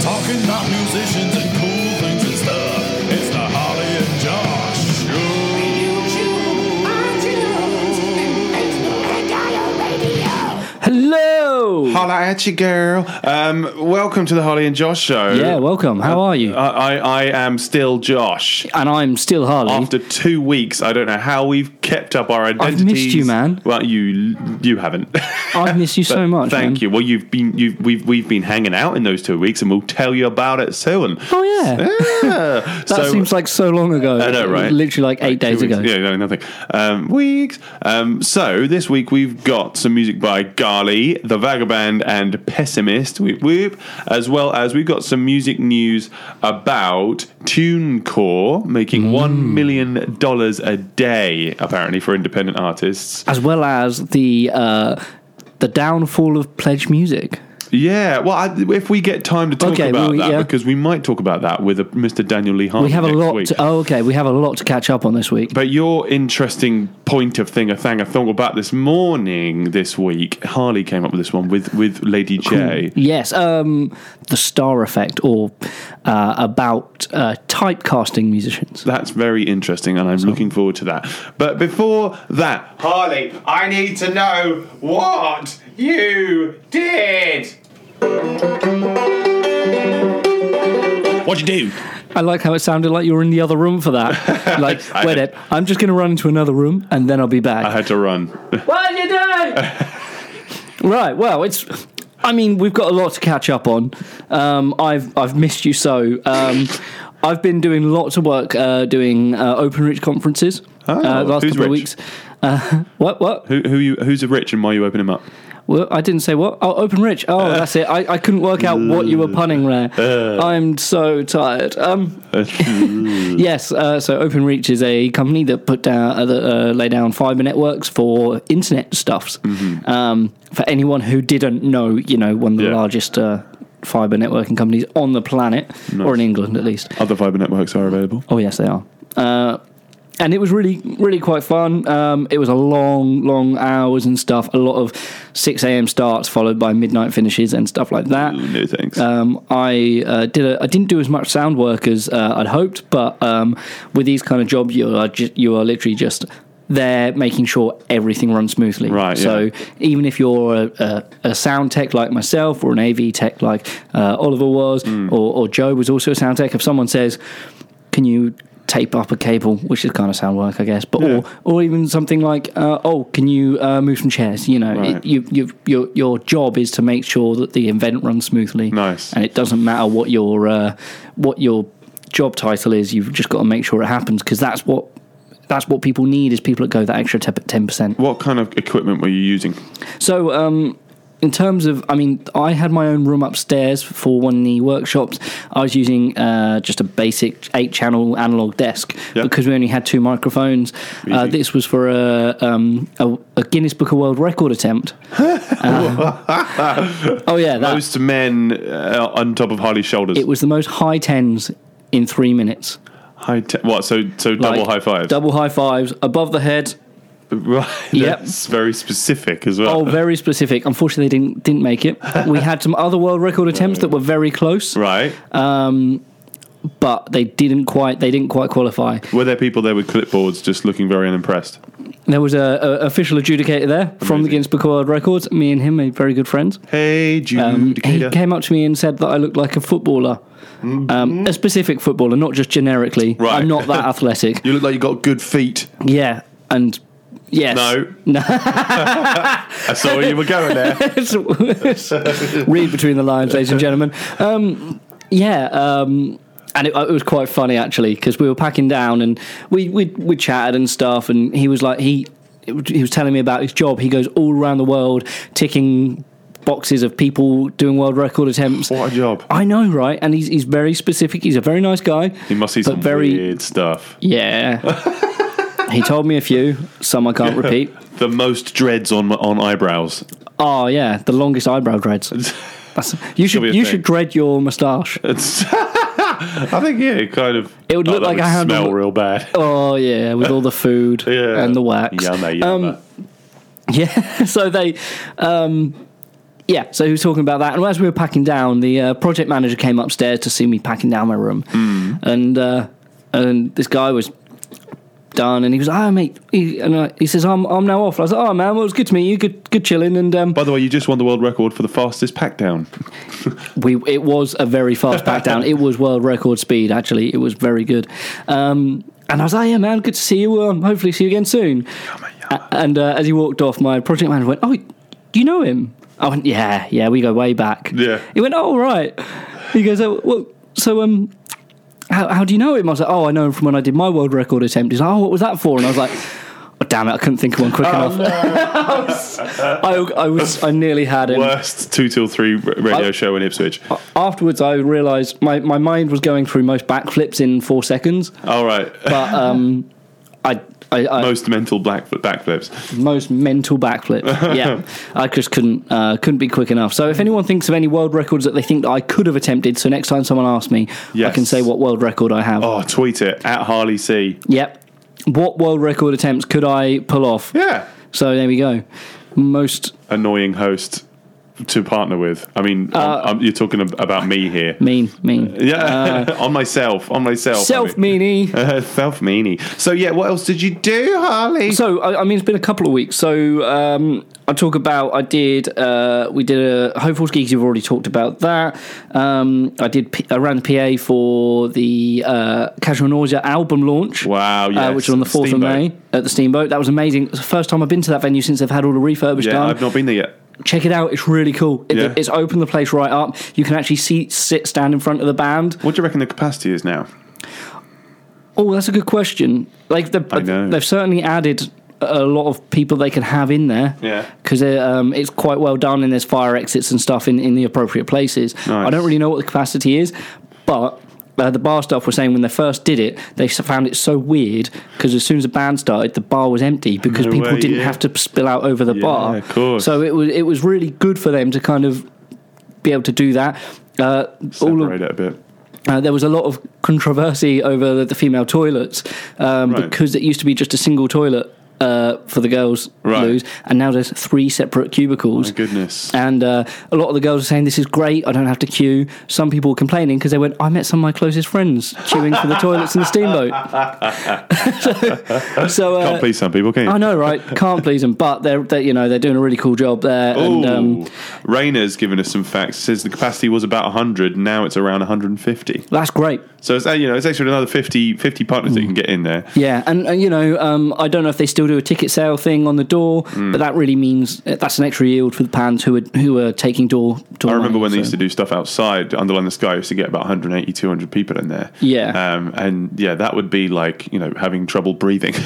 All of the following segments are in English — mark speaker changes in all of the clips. Speaker 1: talking about musicians and cool things and stuff. It's the Holly and Josh
Speaker 2: Hello.
Speaker 3: Holla at you, girl. Um, welcome to the Holly and Josh show.
Speaker 2: Yeah, welcome. How are you?
Speaker 3: I, I, I am still Josh.
Speaker 2: and I'm still Harley.
Speaker 3: After two weeks, I don't know how we've kept up our identities.
Speaker 2: you, man.
Speaker 3: Well, you you haven't.
Speaker 2: I've missed you so
Speaker 3: But
Speaker 2: much.
Speaker 3: Thank
Speaker 2: man.
Speaker 3: you. Well, you've been you've we've we've been hanging out in those two weeks, and we'll tell you about it soon.
Speaker 2: Oh yeah.
Speaker 3: Yeah.
Speaker 2: That seems like so long ago.
Speaker 3: I know, right?
Speaker 2: Literally like eight
Speaker 3: Two
Speaker 2: days
Speaker 3: weeks.
Speaker 2: ago.
Speaker 3: Yeah, no, nothing. Um, weeks. Um, so this week we've got some music by Garley, The Vagabond, and Pessimist. Whoop, whoop. As well as we've got some music news about TuneCore making
Speaker 2: Mm.
Speaker 3: one million dollars a day apparently for independent artists.
Speaker 2: As well as the uh, the downfall of pledge music.
Speaker 3: Yeah. Well, I, if we get time to talk
Speaker 2: Okay,
Speaker 3: about
Speaker 2: well,
Speaker 3: that,
Speaker 2: yeah.
Speaker 3: because we might talk about that with a, Mr. Daniel Lee Harmon.
Speaker 2: We have a
Speaker 3: next
Speaker 2: lot.
Speaker 3: Week.
Speaker 2: To, oh, okay. We have a lot to catch up on this week.
Speaker 3: But your interesting point of thing, a thing I thought about this morning, this week, Harley came up with this one with, with Lady J.
Speaker 2: Yes, um, the star effect, or uh, about uh, typecasting musicians.
Speaker 3: That's very interesting, and I'm looking forward to that. But before that, Harley, I need to know what you did.
Speaker 1: What'd you do?
Speaker 2: I like how it sounded like you were in the other room for that. Like,
Speaker 3: I-
Speaker 2: wait it, I'm just going to run into another room and then I'll be back.
Speaker 3: I had to run.
Speaker 2: What are you doing? right. Well, it's. I mean, we've got a lot to catch up on. Um, I've I've missed you so. Um, I've been doing lots of work uh, doing uh, open rich conferences
Speaker 3: Oh,
Speaker 2: uh, last
Speaker 3: who's
Speaker 2: couple of
Speaker 3: rich?
Speaker 2: weeks. Uh, what what?
Speaker 3: Who, who you? Who's a rich, and why you open him up?
Speaker 2: Well, I didn't say what. Oh, open rich. Oh, that's it. I, I couldn't work out what you were punning there. I'm so tired. Um, yes. Uh, so OpenReach is a company that put down, uh, that, uh, lay down fiber networks for internet stuffs. Um, for anyone who didn't know, you know, one of the
Speaker 3: Yeah.
Speaker 2: largest uh, fiber networking companies on the planet, or in England at least.
Speaker 3: Other fiber networks are available.
Speaker 2: Oh yes, they are. Uh, and it was really, really quite fun. Um, it was a long, long hours and stuff. A lot of six a.m. starts followed by midnight finishes and stuff like that.
Speaker 3: Ooh, no thanks.
Speaker 2: Um, I uh, did. A, I didn't do as much sound work as uh, I'd hoped, but um, with these kind of jobs, you are just, you are literally just there making sure everything runs smoothly.
Speaker 3: Right,
Speaker 2: So
Speaker 3: yeah.
Speaker 2: even if you're a, a, a sound tech like myself or an AV tech like uh, Oliver was,
Speaker 3: Mm.
Speaker 2: or, or Joe was also a sound tech, if someone says, "Can you?" Tape up a cable, which is kind of sound work, I guess, but or, or even something like, uh, oh, can you uh, move some chairs? You know,
Speaker 3: Right.
Speaker 2: it, you, you, your your job is to make sure that the event runs smoothly.
Speaker 3: Nice.
Speaker 2: And it doesn't matter what your uh, what your job title is. You've just got to make sure it happens because that's what that's what people need is people that go that extra ten percent.
Speaker 3: what kind of equipment were you using?
Speaker 2: So, um, in terms of, I mean, I had my own room upstairs for one of the workshops. I was using uh, just a basic eight channel analog desk
Speaker 3: Yeah.
Speaker 2: because we only had two microphones. Uh, this was for a, um, a, a Guinness Book of World Record attempt. Um, oh, yeah. That,
Speaker 3: Most men uh, on top of Harley's shoulders.
Speaker 2: it was the most high tens in three minutes.
Speaker 3: high te- what? So so double
Speaker 2: Like,
Speaker 3: high five.
Speaker 2: Double high fives above the head.
Speaker 3: Right.
Speaker 2: Yep.
Speaker 3: That's very specific as well.
Speaker 2: Oh, very specific. Unfortunately, they didn't didn't make it. We had some other world record attempts that were very close.
Speaker 3: right.
Speaker 2: but they didn't quite they didn't quite qualify.
Speaker 3: Were there people there with clipboards just looking very unimpressed?
Speaker 2: There was a, a official adjudicator there from the Guinness Book of World Records. Me and him are very good friends.
Speaker 3: Hey, Jude.
Speaker 2: Um, he
Speaker 3: Decatur.
Speaker 2: came up to me and said that I looked like a footballer, um, a specific footballer, not just generically.
Speaker 3: Mm-hmm. Right.
Speaker 2: I'm not that athletic.
Speaker 3: you look like you got good feet.
Speaker 2: yeah, and yes,
Speaker 3: No. I saw where you were going there.
Speaker 2: read between the lines, ladies and gentlemen. Um, yeah, um, and it, it was quite funny actually because we were packing down and we, we we chatted and stuff, and he was like he he was telling me about his job. He goes all around the world ticking boxes of people doing world record attempts.
Speaker 3: What a job.
Speaker 2: I know, right? And he's he's very specific. He's a very nice guy.
Speaker 3: He must see
Speaker 2: but
Speaker 3: some weird stuff.
Speaker 2: yeah. he told me a few. Some I can't repeat.
Speaker 3: The most dreads on on eyebrows.
Speaker 2: Oh yeah, the longest eyebrow dreads. That's, you should
Speaker 3: be a
Speaker 2: you
Speaker 3: thing.
Speaker 2: should dread your moustache.
Speaker 3: It's I think yeah, it kind of.
Speaker 2: It would
Speaker 3: Oh,
Speaker 2: look
Speaker 3: that
Speaker 2: like I had
Speaker 3: smell
Speaker 2: a-
Speaker 3: real bad.
Speaker 2: Oh yeah, with all the food
Speaker 3: Yeah.
Speaker 2: and the wax.
Speaker 3: Yummy,
Speaker 2: Um,
Speaker 3: yummy.
Speaker 2: yeah, so they um, yeah, so he was talking about that. And as we were packing down, the uh, project manager came upstairs to see me packing down my room,
Speaker 3: Hmm.
Speaker 2: and uh, and this guy was done, and he was, "Oh, mate," he, and uh, he says, "I'm I'm now off." I was like, "Oh man, well it's good to meet you. Good good chilling." And um,
Speaker 3: By the way, you just won the world record for the fastest pack down.
Speaker 2: we it was a very fast back down. It was world record speed actually. It was very good. Um, and I was like, yeah, man, good to see you. Um, hopefully, see you again soon. A- And uh, as he walked off, my project manager went, "Oh, do you know him?" I went, "Yeah, yeah, we go way back."
Speaker 3: Yeah.
Speaker 2: He went, "Oh, right." He goes, "Oh, well, so um." How, how do you know him? I was like, oh, I know him from when I did my world record attempt. He's like, oh, what was that for? And I was like, oh, damn it, I couldn't think of one quick enough. I, I was, I nearly had him.
Speaker 3: Worst two till three r- radio
Speaker 2: I-
Speaker 3: show in Ipswich.
Speaker 2: Afterwards, I realised my, my mind was going through most backflips in four seconds,
Speaker 3: All right,
Speaker 2: but um, I, I, I most.
Speaker 3: most mental black backflips.
Speaker 2: mental backflip. Yeah, I just couldn't uh, couldn't be quick enough. So if anyone thinks of any world records that they think that I could have attempted, so next time someone asks me, I can
Speaker 3: Yes.
Speaker 2: say what world record I have.
Speaker 3: Oh, tweet it at Harley C.
Speaker 2: Yep, what world record attempts could I pull off?
Speaker 3: Yeah,
Speaker 2: So there we go. Most
Speaker 3: annoying host to partner with. I mean,
Speaker 2: Uh,
Speaker 3: I'm, I'm, you're talking ab- about me here.
Speaker 2: mean mean
Speaker 3: Yeah, on myself, on myself.
Speaker 2: self
Speaker 3: I mean.
Speaker 2: meanie.
Speaker 3: Self meanie. So yeah, what else did you do, Harley?
Speaker 2: So I, I mean, it's been a couple of weeks. So um, I talk about I did uh, we did a Hopefuls Geeks. You've already talked about that. Um, I did P- I ran the PA for the uh, Casual Nausea album launch.
Speaker 3: Wow,
Speaker 2: uh,
Speaker 3: yes.
Speaker 2: which was on the fourth of May
Speaker 3: Steamboat.
Speaker 2: at the Steamboat. That was amazing. It's the first time I've been to that venue since they've had all the refurbished
Speaker 3: yeah,
Speaker 2: done
Speaker 3: I've not been there yet.
Speaker 2: check it out. It's really cool. It,
Speaker 3: Yeah.
Speaker 2: It's opened the place right up. You can actually see, sit, stand in front of the band.
Speaker 3: What do you reckon the capacity is now?
Speaker 2: Oh, that's a good question. Like the,
Speaker 3: I know.
Speaker 2: they've certainly added a lot of people they can have in there.
Speaker 3: Yeah.
Speaker 2: because um, it's quite well done, and there's fire exits and stuff in, in the appropriate places.
Speaker 3: Nice.
Speaker 2: I don't really know what the capacity is, but. Uh, the bar staff were saying when they first did it, they s- found it so weird because as soon as the band started, the bar was empty because
Speaker 3: No
Speaker 2: people
Speaker 3: way,
Speaker 2: didn't
Speaker 3: yeah.
Speaker 2: have to spill out over the
Speaker 3: Yeah,
Speaker 2: bar.
Speaker 3: of course.
Speaker 2: So it was it was really good for them to kind of be able to do that. Uh, all of,
Speaker 3: Separate it a bit.
Speaker 2: uh, there was a lot of controversy over the, the female toilets um,
Speaker 3: Right.
Speaker 2: because it used to be just a single toilet uh, for the girls
Speaker 3: Right. Oh,
Speaker 2: lose, and now there's three separate cubicles.
Speaker 3: My goodness.
Speaker 2: And uh, a lot of the girls are saying this is great. I don't have to queue. Some people were complaining because they went, "I met some of my closest friends queuing for the toilets in the steamboat." so, so uh,
Speaker 3: Can't please some people, can you?
Speaker 2: I know, right? Can't please them, but they're, they you know they're doing a really cool job there.
Speaker 3: Oh,
Speaker 2: And, um,
Speaker 3: Rayner's given us some facts. Says the capacity was about 100, now it's around 150.
Speaker 2: that's great.
Speaker 3: So it's uh, you know it's actually another 50, 50 partners that you can get in there.
Speaker 2: Yeah, and, and you know, um, I don't know if they still do a ticket sale thing on the door,
Speaker 3: Hmm.
Speaker 2: but that really means uh, that's an extra yield for the pans who are who are taking door. door
Speaker 3: I remember when they
Speaker 2: money,
Speaker 3: used
Speaker 2: so.
Speaker 3: to do stuff outside, Underline the Sky used to get about 180, 200 people in there.
Speaker 2: Yeah.
Speaker 3: Um, and yeah, that would be like, you know, having trouble breathing.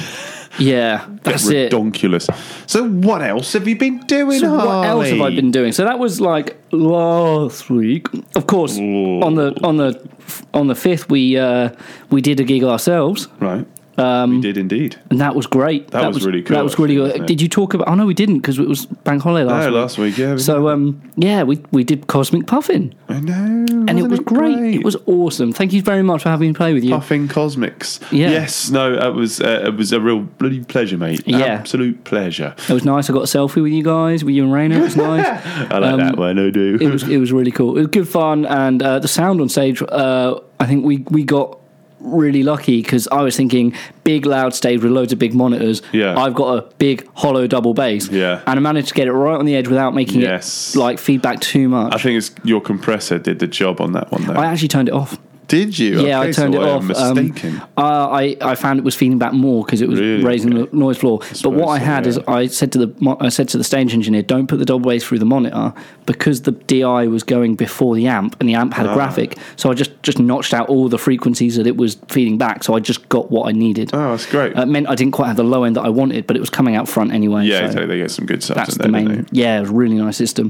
Speaker 2: Yeah, that's it.
Speaker 3: Redonkulous. So what else have you been doing,
Speaker 2: So what else have I
Speaker 3: Harley?
Speaker 2: been doing? So that was like last week. Of course, on the on the on the fifth, we uh, we did a gig ourselves,
Speaker 3: Right. Um, we did indeed.
Speaker 2: and that was great.
Speaker 3: That was really cool,
Speaker 2: That was really
Speaker 3: actually,
Speaker 2: good.
Speaker 3: wasn't it?
Speaker 2: Did you talk about? Oh no, we didn't because it was bank holiday last
Speaker 3: Oh,
Speaker 2: week.
Speaker 3: last week, yeah. we-
Speaker 2: So um, yeah, we we did Cosmic Puffin.
Speaker 3: I know.
Speaker 2: and it
Speaker 3: wasn't Oh,
Speaker 2: was great. It was awesome. Thank you very much for having me play with you.
Speaker 3: Puffing Cosmics.
Speaker 2: Yeah.
Speaker 3: Yes, no, it was uh, it was a real bloody pleasure, mate.
Speaker 2: Yeah.
Speaker 3: Absolute pleasure.
Speaker 2: It was nice. I got a selfie with you guys, with you and Raina. It was nice.
Speaker 3: I like that one, I do.
Speaker 2: Um, it was it was really cool. It was good fun, and uh, the sound on stage. Uh, I think we we got really lucky because I was thinking big loud stage with loads of big monitors.
Speaker 3: Yeah.
Speaker 2: I've got a big hollow double bass.
Speaker 3: Yeah.
Speaker 2: and I managed to get it right on the edge without making
Speaker 3: Yes.
Speaker 2: it like feedback too much.
Speaker 3: I think it's your compressor did the job on that one, though.
Speaker 2: I actually turned it off.
Speaker 3: did you?
Speaker 2: Yeah,
Speaker 3: Okay,
Speaker 2: I
Speaker 3: so
Speaker 2: turned it
Speaker 3: am
Speaker 2: off. Um,
Speaker 3: mistaken.
Speaker 2: uh, I I found it was feeding back more because it was
Speaker 3: Really?
Speaker 2: raising
Speaker 3: Okay.
Speaker 2: the noise floor. But what
Speaker 3: suppose
Speaker 2: I
Speaker 3: so,
Speaker 2: had is
Speaker 3: yeah.
Speaker 2: I said to the mo- I said to the stage engineer, don't put the double bass through the monitor because the DI was going before the amp and the amp
Speaker 3: Ah.
Speaker 2: had a graphic. So I just just notched out all the frequencies that it was feeding back. So I just got what I needed. Uh,
Speaker 3: oh, that's great.
Speaker 2: It meant I didn't quite have the low end that I wanted, but it was coming out front anyway.
Speaker 3: yeah,
Speaker 2: so
Speaker 3: exactly. They get some good stuff
Speaker 2: that's
Speaker 3: in there,
Speaker 2: the
Speaker 3: don't
Speaker 2: main. Yeah, it was a really nice system.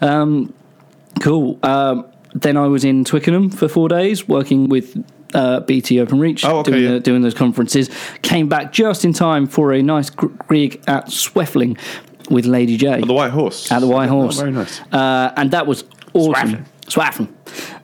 Speaker 2: Um, cool. Um, then I was in Twickenham for four days working with uh, BT OpenReach,
Speaker 3: Oh, okay,
Speaker 2: doing,
Speaker 3: yeah.
Speaker 2: the, doing those conferences. Came back just in time for a nice gr- gig at Sweffling with Lady J
Speaker 3: they? The White Horse.
Speaker 2: at the White
Speaker 3: Oh,
Speaker 2: Horse.
Speaker 3: very nice.
Speaker 2: Uh, and that was awesome. Swaffham.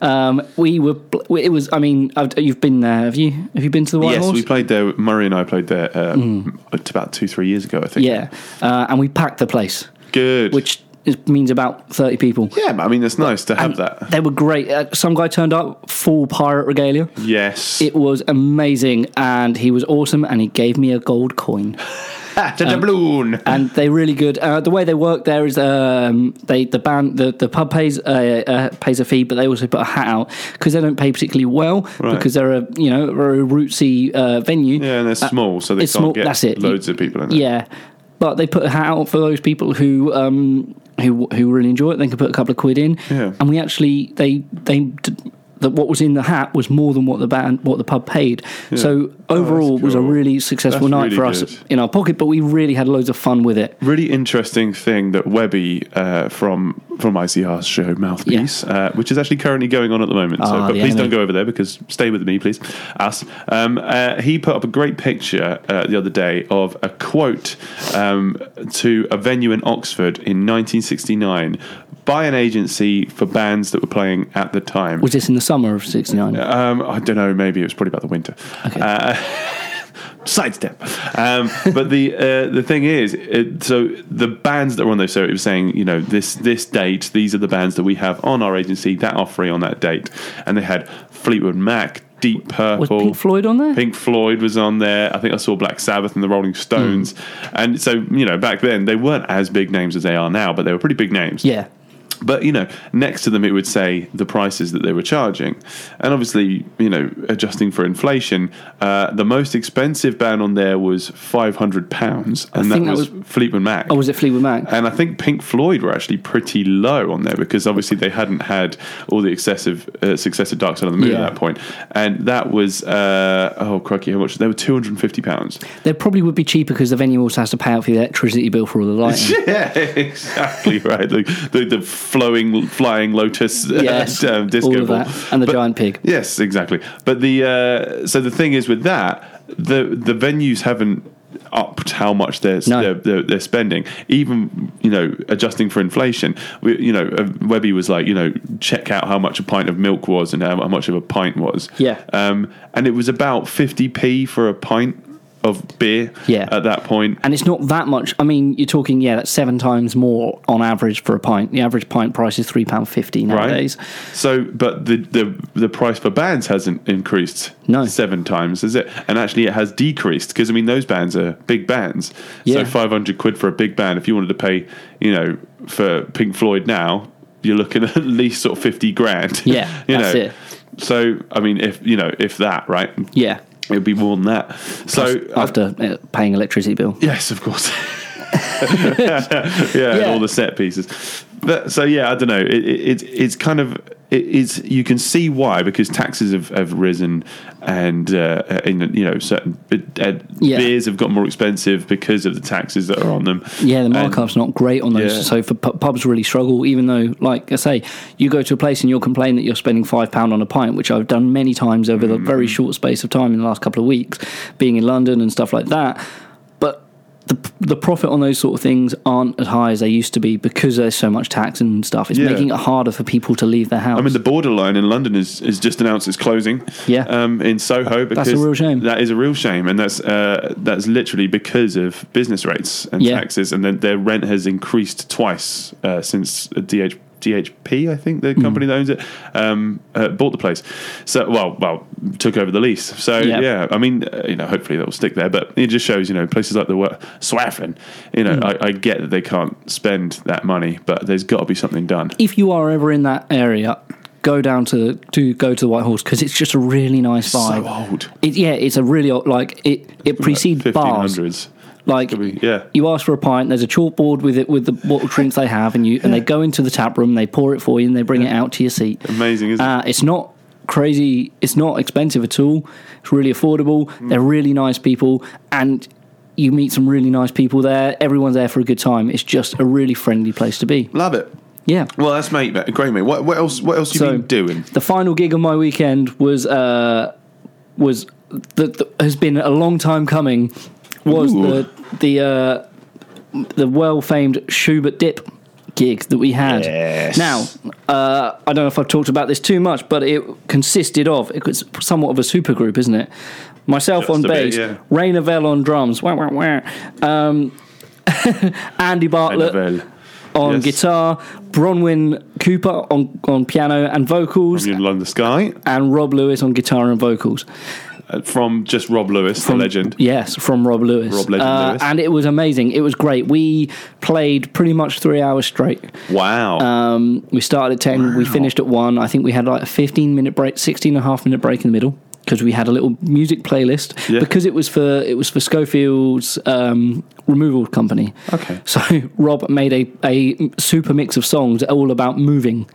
Speaker 2: Um, we were. bl- It was. I mean, I've, you've been there. Have you? Have you been to the White
Speaker 3: yes,
Speaker 2: Horse? Mm.
Speaker 3: we played there. Murray and I played there um, about two, three years ago, I think.
Speaker 2: yeah. Uh, and we packed the place,
Speaker 3: Good.
Speaker 2: which it means about thirty people.
Speaker 3: Yeah, but I mean, it's nice to have that.
Speaker 2: They were great. Uh, some guy turned up full pirate regalia.
Speaker 3: Yes.
Speaker 2: It was amazing, and he was awesome, and he gave me a gold coin.
Speaker 3: to doubloon.
Speaker 2: um, and they're really good. Uh, the way they work there is um, they the band the, the pub pays uh, uh, pays a fee, but they also put a hat out because they don't pay particularly well
Speaker 3: Right.
Speaker 2: because they're a you know very rootsy uh, venue.
Speaker 3: yeah, and they're small, so they can't
Speaker 2: it's small-
Speaker 3: get
Speaker 2: that's it.
Speaker 3: loads of people in there.
Speaker 2: Yeah, but they put a hat out for those people who um, who who really enjoy it. They can put a couple of quid in,
Speaker 3: Yeah.
Speaker 2: and we actually they they. D- that what was in the hat was more than what the band, what the pub paid. So overall, it was a
Speaker 3: Oh, cool.
Speaker 2: really successful
Speaker 3: That's
Speaker 2: night
Speaker 3: really
Speaker 2: for us
Speaker 3: good.
Speaker 2: in our pocket. But we really had loads of fun with it.
Speaker 3: really interesting thing that Webby uh, from from ICR's show Mouthpiece, uh, which is actually currently going on at the moment. so,
Speaker 2: Ah,
Speaker 3: but
Speaker 2: the
Speaker 3: please
Speaker 2: enemy.
Speaker 3: don't go over there because stay with me, please. Us. Um, uh, he put up a great picture uh, the other day of a quote um, to a venue in Oxford in 1969 by an agency for bands that were playing at the time.
Speaker 2: Was this in the summer of '69?
Speaker 3: Um, I don't know. Maybe it was probably about the winter. Uh, sidestep. Um, but the uh, the thing is, it, so the bands that were on those. So it was saying, you know, this this date. These are the bands that we have on our agency that are free on that date. And they had Fleetwood Mac, Deep
Speaker 2: Was
Speaker 3: Purple,
Speaker 2: Pink Floyd on there? Hmm.
Speaker 3: Pink Floyd was on there. I think I saw Black Sabbath and the Rolling Stones. And so you know, back then they weren't as big names as they are now, but they were pretty big names.
Speaker 2: yeah.
Speaker 3: But you know, next to them it would say the prices that they were charging, and obviously, you know, adjusting for inflation, uh, the most expensive band on there was five hundred pounds, and that
Speaker 2: think that
Speaker 3: was, Fleetwood Mac.
Speaker 2: Oh, was it Fleetwood Mac?
Speaker 3: and I think Pink Floyd were actually pretty low on there because obviously they hadn't had all the excessive uh, success of Dark Side of the Moon
Speaker 2: Yeah.
Speaker 3: at that point, and that was uh, oh crikey, how much? They were two hundred and fifty pounds.
Speaker 2: They probably would be cheaper because the venue also has to pay out for the electricity bill for all the lighting.
Speaker 3: Yeah, exactly right. The, the, the flowing, flying lotus uh,
Speaker 2: yes,
Speaker 3: um, disco
Speaker 2: all of
Speaker 3: ball.
Speaker 2: that, and the
Speaker 3: But-
Speaker 2: giant pig.
Speaker 3: Yes, exactly. But the uh, so the thing is with that, the the venues haven't upped how much they're
Speaker 2: No.
Speaker 3: they're, they're, they're spending. Even you know, adjusting for inflation, we, you know, uh, Webby was like, you know, check out how much a pint of milk was and how how much of a pint was.
Speaker 2: Yeah.
Speaker 3: Um, and it was about fifty p for a pint of beer.
Speaker 2: Yeah.
Speaker 3: At that point,
Speaker 2: And it's not that much. I mean, you're talking, yeah, that's seven times more on average for a pint. The average pint price is £3.50 nowadays.
Speaker 3: So, but the, the the price for bands hasn't increased
Speaker 2: No.
Speaker 3: seven times, is it? And actually, it has decreased because I mean those bands are big bands.
Speaker 2: Yeah.
Speaker 3: So five hundred quid for a big band. If you wanted to pay, you know, for Pink Floyd now, you're looking at least sort of fifty grand.
Speaker 2: Yeah,
Speaker 3: you
Speaker 2: that's
Speaker 3: know.
Speaker 2: it.
Speaker 3: So I mean, if you know, if that right,
Speaker 2: Yeah.
Speaker 3: it'd be more than that. So I-
Speaker 2: After uh, paying electricity bill.
Speaker 3: Yes, of course. yeah, and
Speaker 2: Yeah.
Speaker 3: all the set pieces. But so yeah, I don't know. It, it, it's it's kind of it, it's you can see why because taxes have, have risen and uh, in, you know certain uh,
Speaker 2: Yeah.
Speaker 3: beers have got more expensive because of the taxes that are on them.
Speaker 2: Yeah, the
Speaker 3: And-
Speaker 2: markup's not great on those.
Speaker 3: Yeah.
Speaker 2: So for pu- pubs really struggle, even though, like I say, you go to a place and you'll complain that you're spending five pound on a pint, which I've done many times over the very
Speaker 3: Mm.
Speaker 2: short space of time in the last couple of weeks, being in London and stuff like that. But the the profit on those sort of things aren't as high as they used to be because there's so much tax and stuff. It's
Speaker 3: Yeah.
Speaker 2: making it harder for people to leave their house.
Speaker 3: I mean, the borderline in London is, is just announced it's closing.
Speaker 2: Yeah.
Speaker 3: Um, in Soho, because
Speaker 2: a real shame.
Speaker 3: That is a real shame, and that's uh, that's literally because of business rates and
Speaker 2: Yeah.
Speaker 3: taxes, and then their rent has increased twice uh, since DH. DHP, I think
Speaker 2: Hmm.
Speaker 3: the company that owns it, um, uh, bought the place. So, well, well, took over the lease. So,
Speaker 2: Yeah.
Speaker 3: yeah, I mean, uh, you know, hopefully that will stick there. But it just shows, you know, places like the wo- Swaffin, you
Speaker 2: Hmm.
Speaker 3: know, I, I get that they can't spend that money, but there's got to be something done.
Speaker 2: if you are ever in that area, go down to to go to the White Horse because it's just a really nice vibe.
Speaker 3: So old.
Speaker 2: It, yeah, it's a really old- like it. It precedes bars.
Speaker 3: 1500s.
Speaker 2: Like
Speaker 3: be- yeah.
Speaker 2: you ask for a pint, there's a chalkboard with it with the what drinks they have, and you and they go into the tap room, they pour it for you, and they bring it out to your seat.
Speaker 3: Amazing, isn't
Speaker 2: Uh, it's not crazy. It's not expensive at all. It's really affordable.
Speaker 3: Mm.
Speaker 2: They're really nice people, and you meet some really nice people there. Everyone's there for a good time. It's just a really friendly place to be.
Speaker 3: it? Love it.
Speaker 2: Yeah.
Speaker 3: Well, that's mate, mate. great mate. What, what else? What else you been doing?
Speaker 2: The final gig of my weekend was uh, was that that has been a long time coming. Was
Speaker 3: Ooh.
Speaker 2: the the uh, the well famed Schubert Dip gig that we had.
Speaker 3: Yes.
Speaker 2: Now uh, I don't know if I've talked about this too much, but it consisted of it was somewhat of a supergroup, isn't it? Myself
Speaker 3: Just
Speaker 2: on
Speaker 3: a bit,
Speaker 2: bass,
Speaker 3: yeah.
Speaker 2: Ray Navell on drums, wah, wah, wah. Um, Andy Bartlett,
Speaker 3: Annabelle.
Speaker 2: on
Speaker 3: Yes.
Speaker 2: guitar, Bronwyn Cooper on, on piano and vocals,
Speaker 3: in London Sky
Speaker 2: and Rob Lewis on guitar and vocals.
Speaker 3: uh, from just Rob Lewis, the legend.
Speaker 2: Yes, from Rob Lewis. Uh,
Speaker 3: Rob Legend Lewis.
Speaker 2: And it was amazing. It was great. We played pretty much three hours straight.
Speaker 3: Wow.
Speaker 2: Um, we started at 10, we finished at 1. I think we had like a 15 minute break, 16 and a half minute break in the middle. Because we had a little music playlist,
Speaker 3: Yeah.
Speaker 2: because it was for it was for Schofield's um, removal company.
Speaker 3: Okay.
Speaker 2: so Rob made a, a super mix of songs all about moving,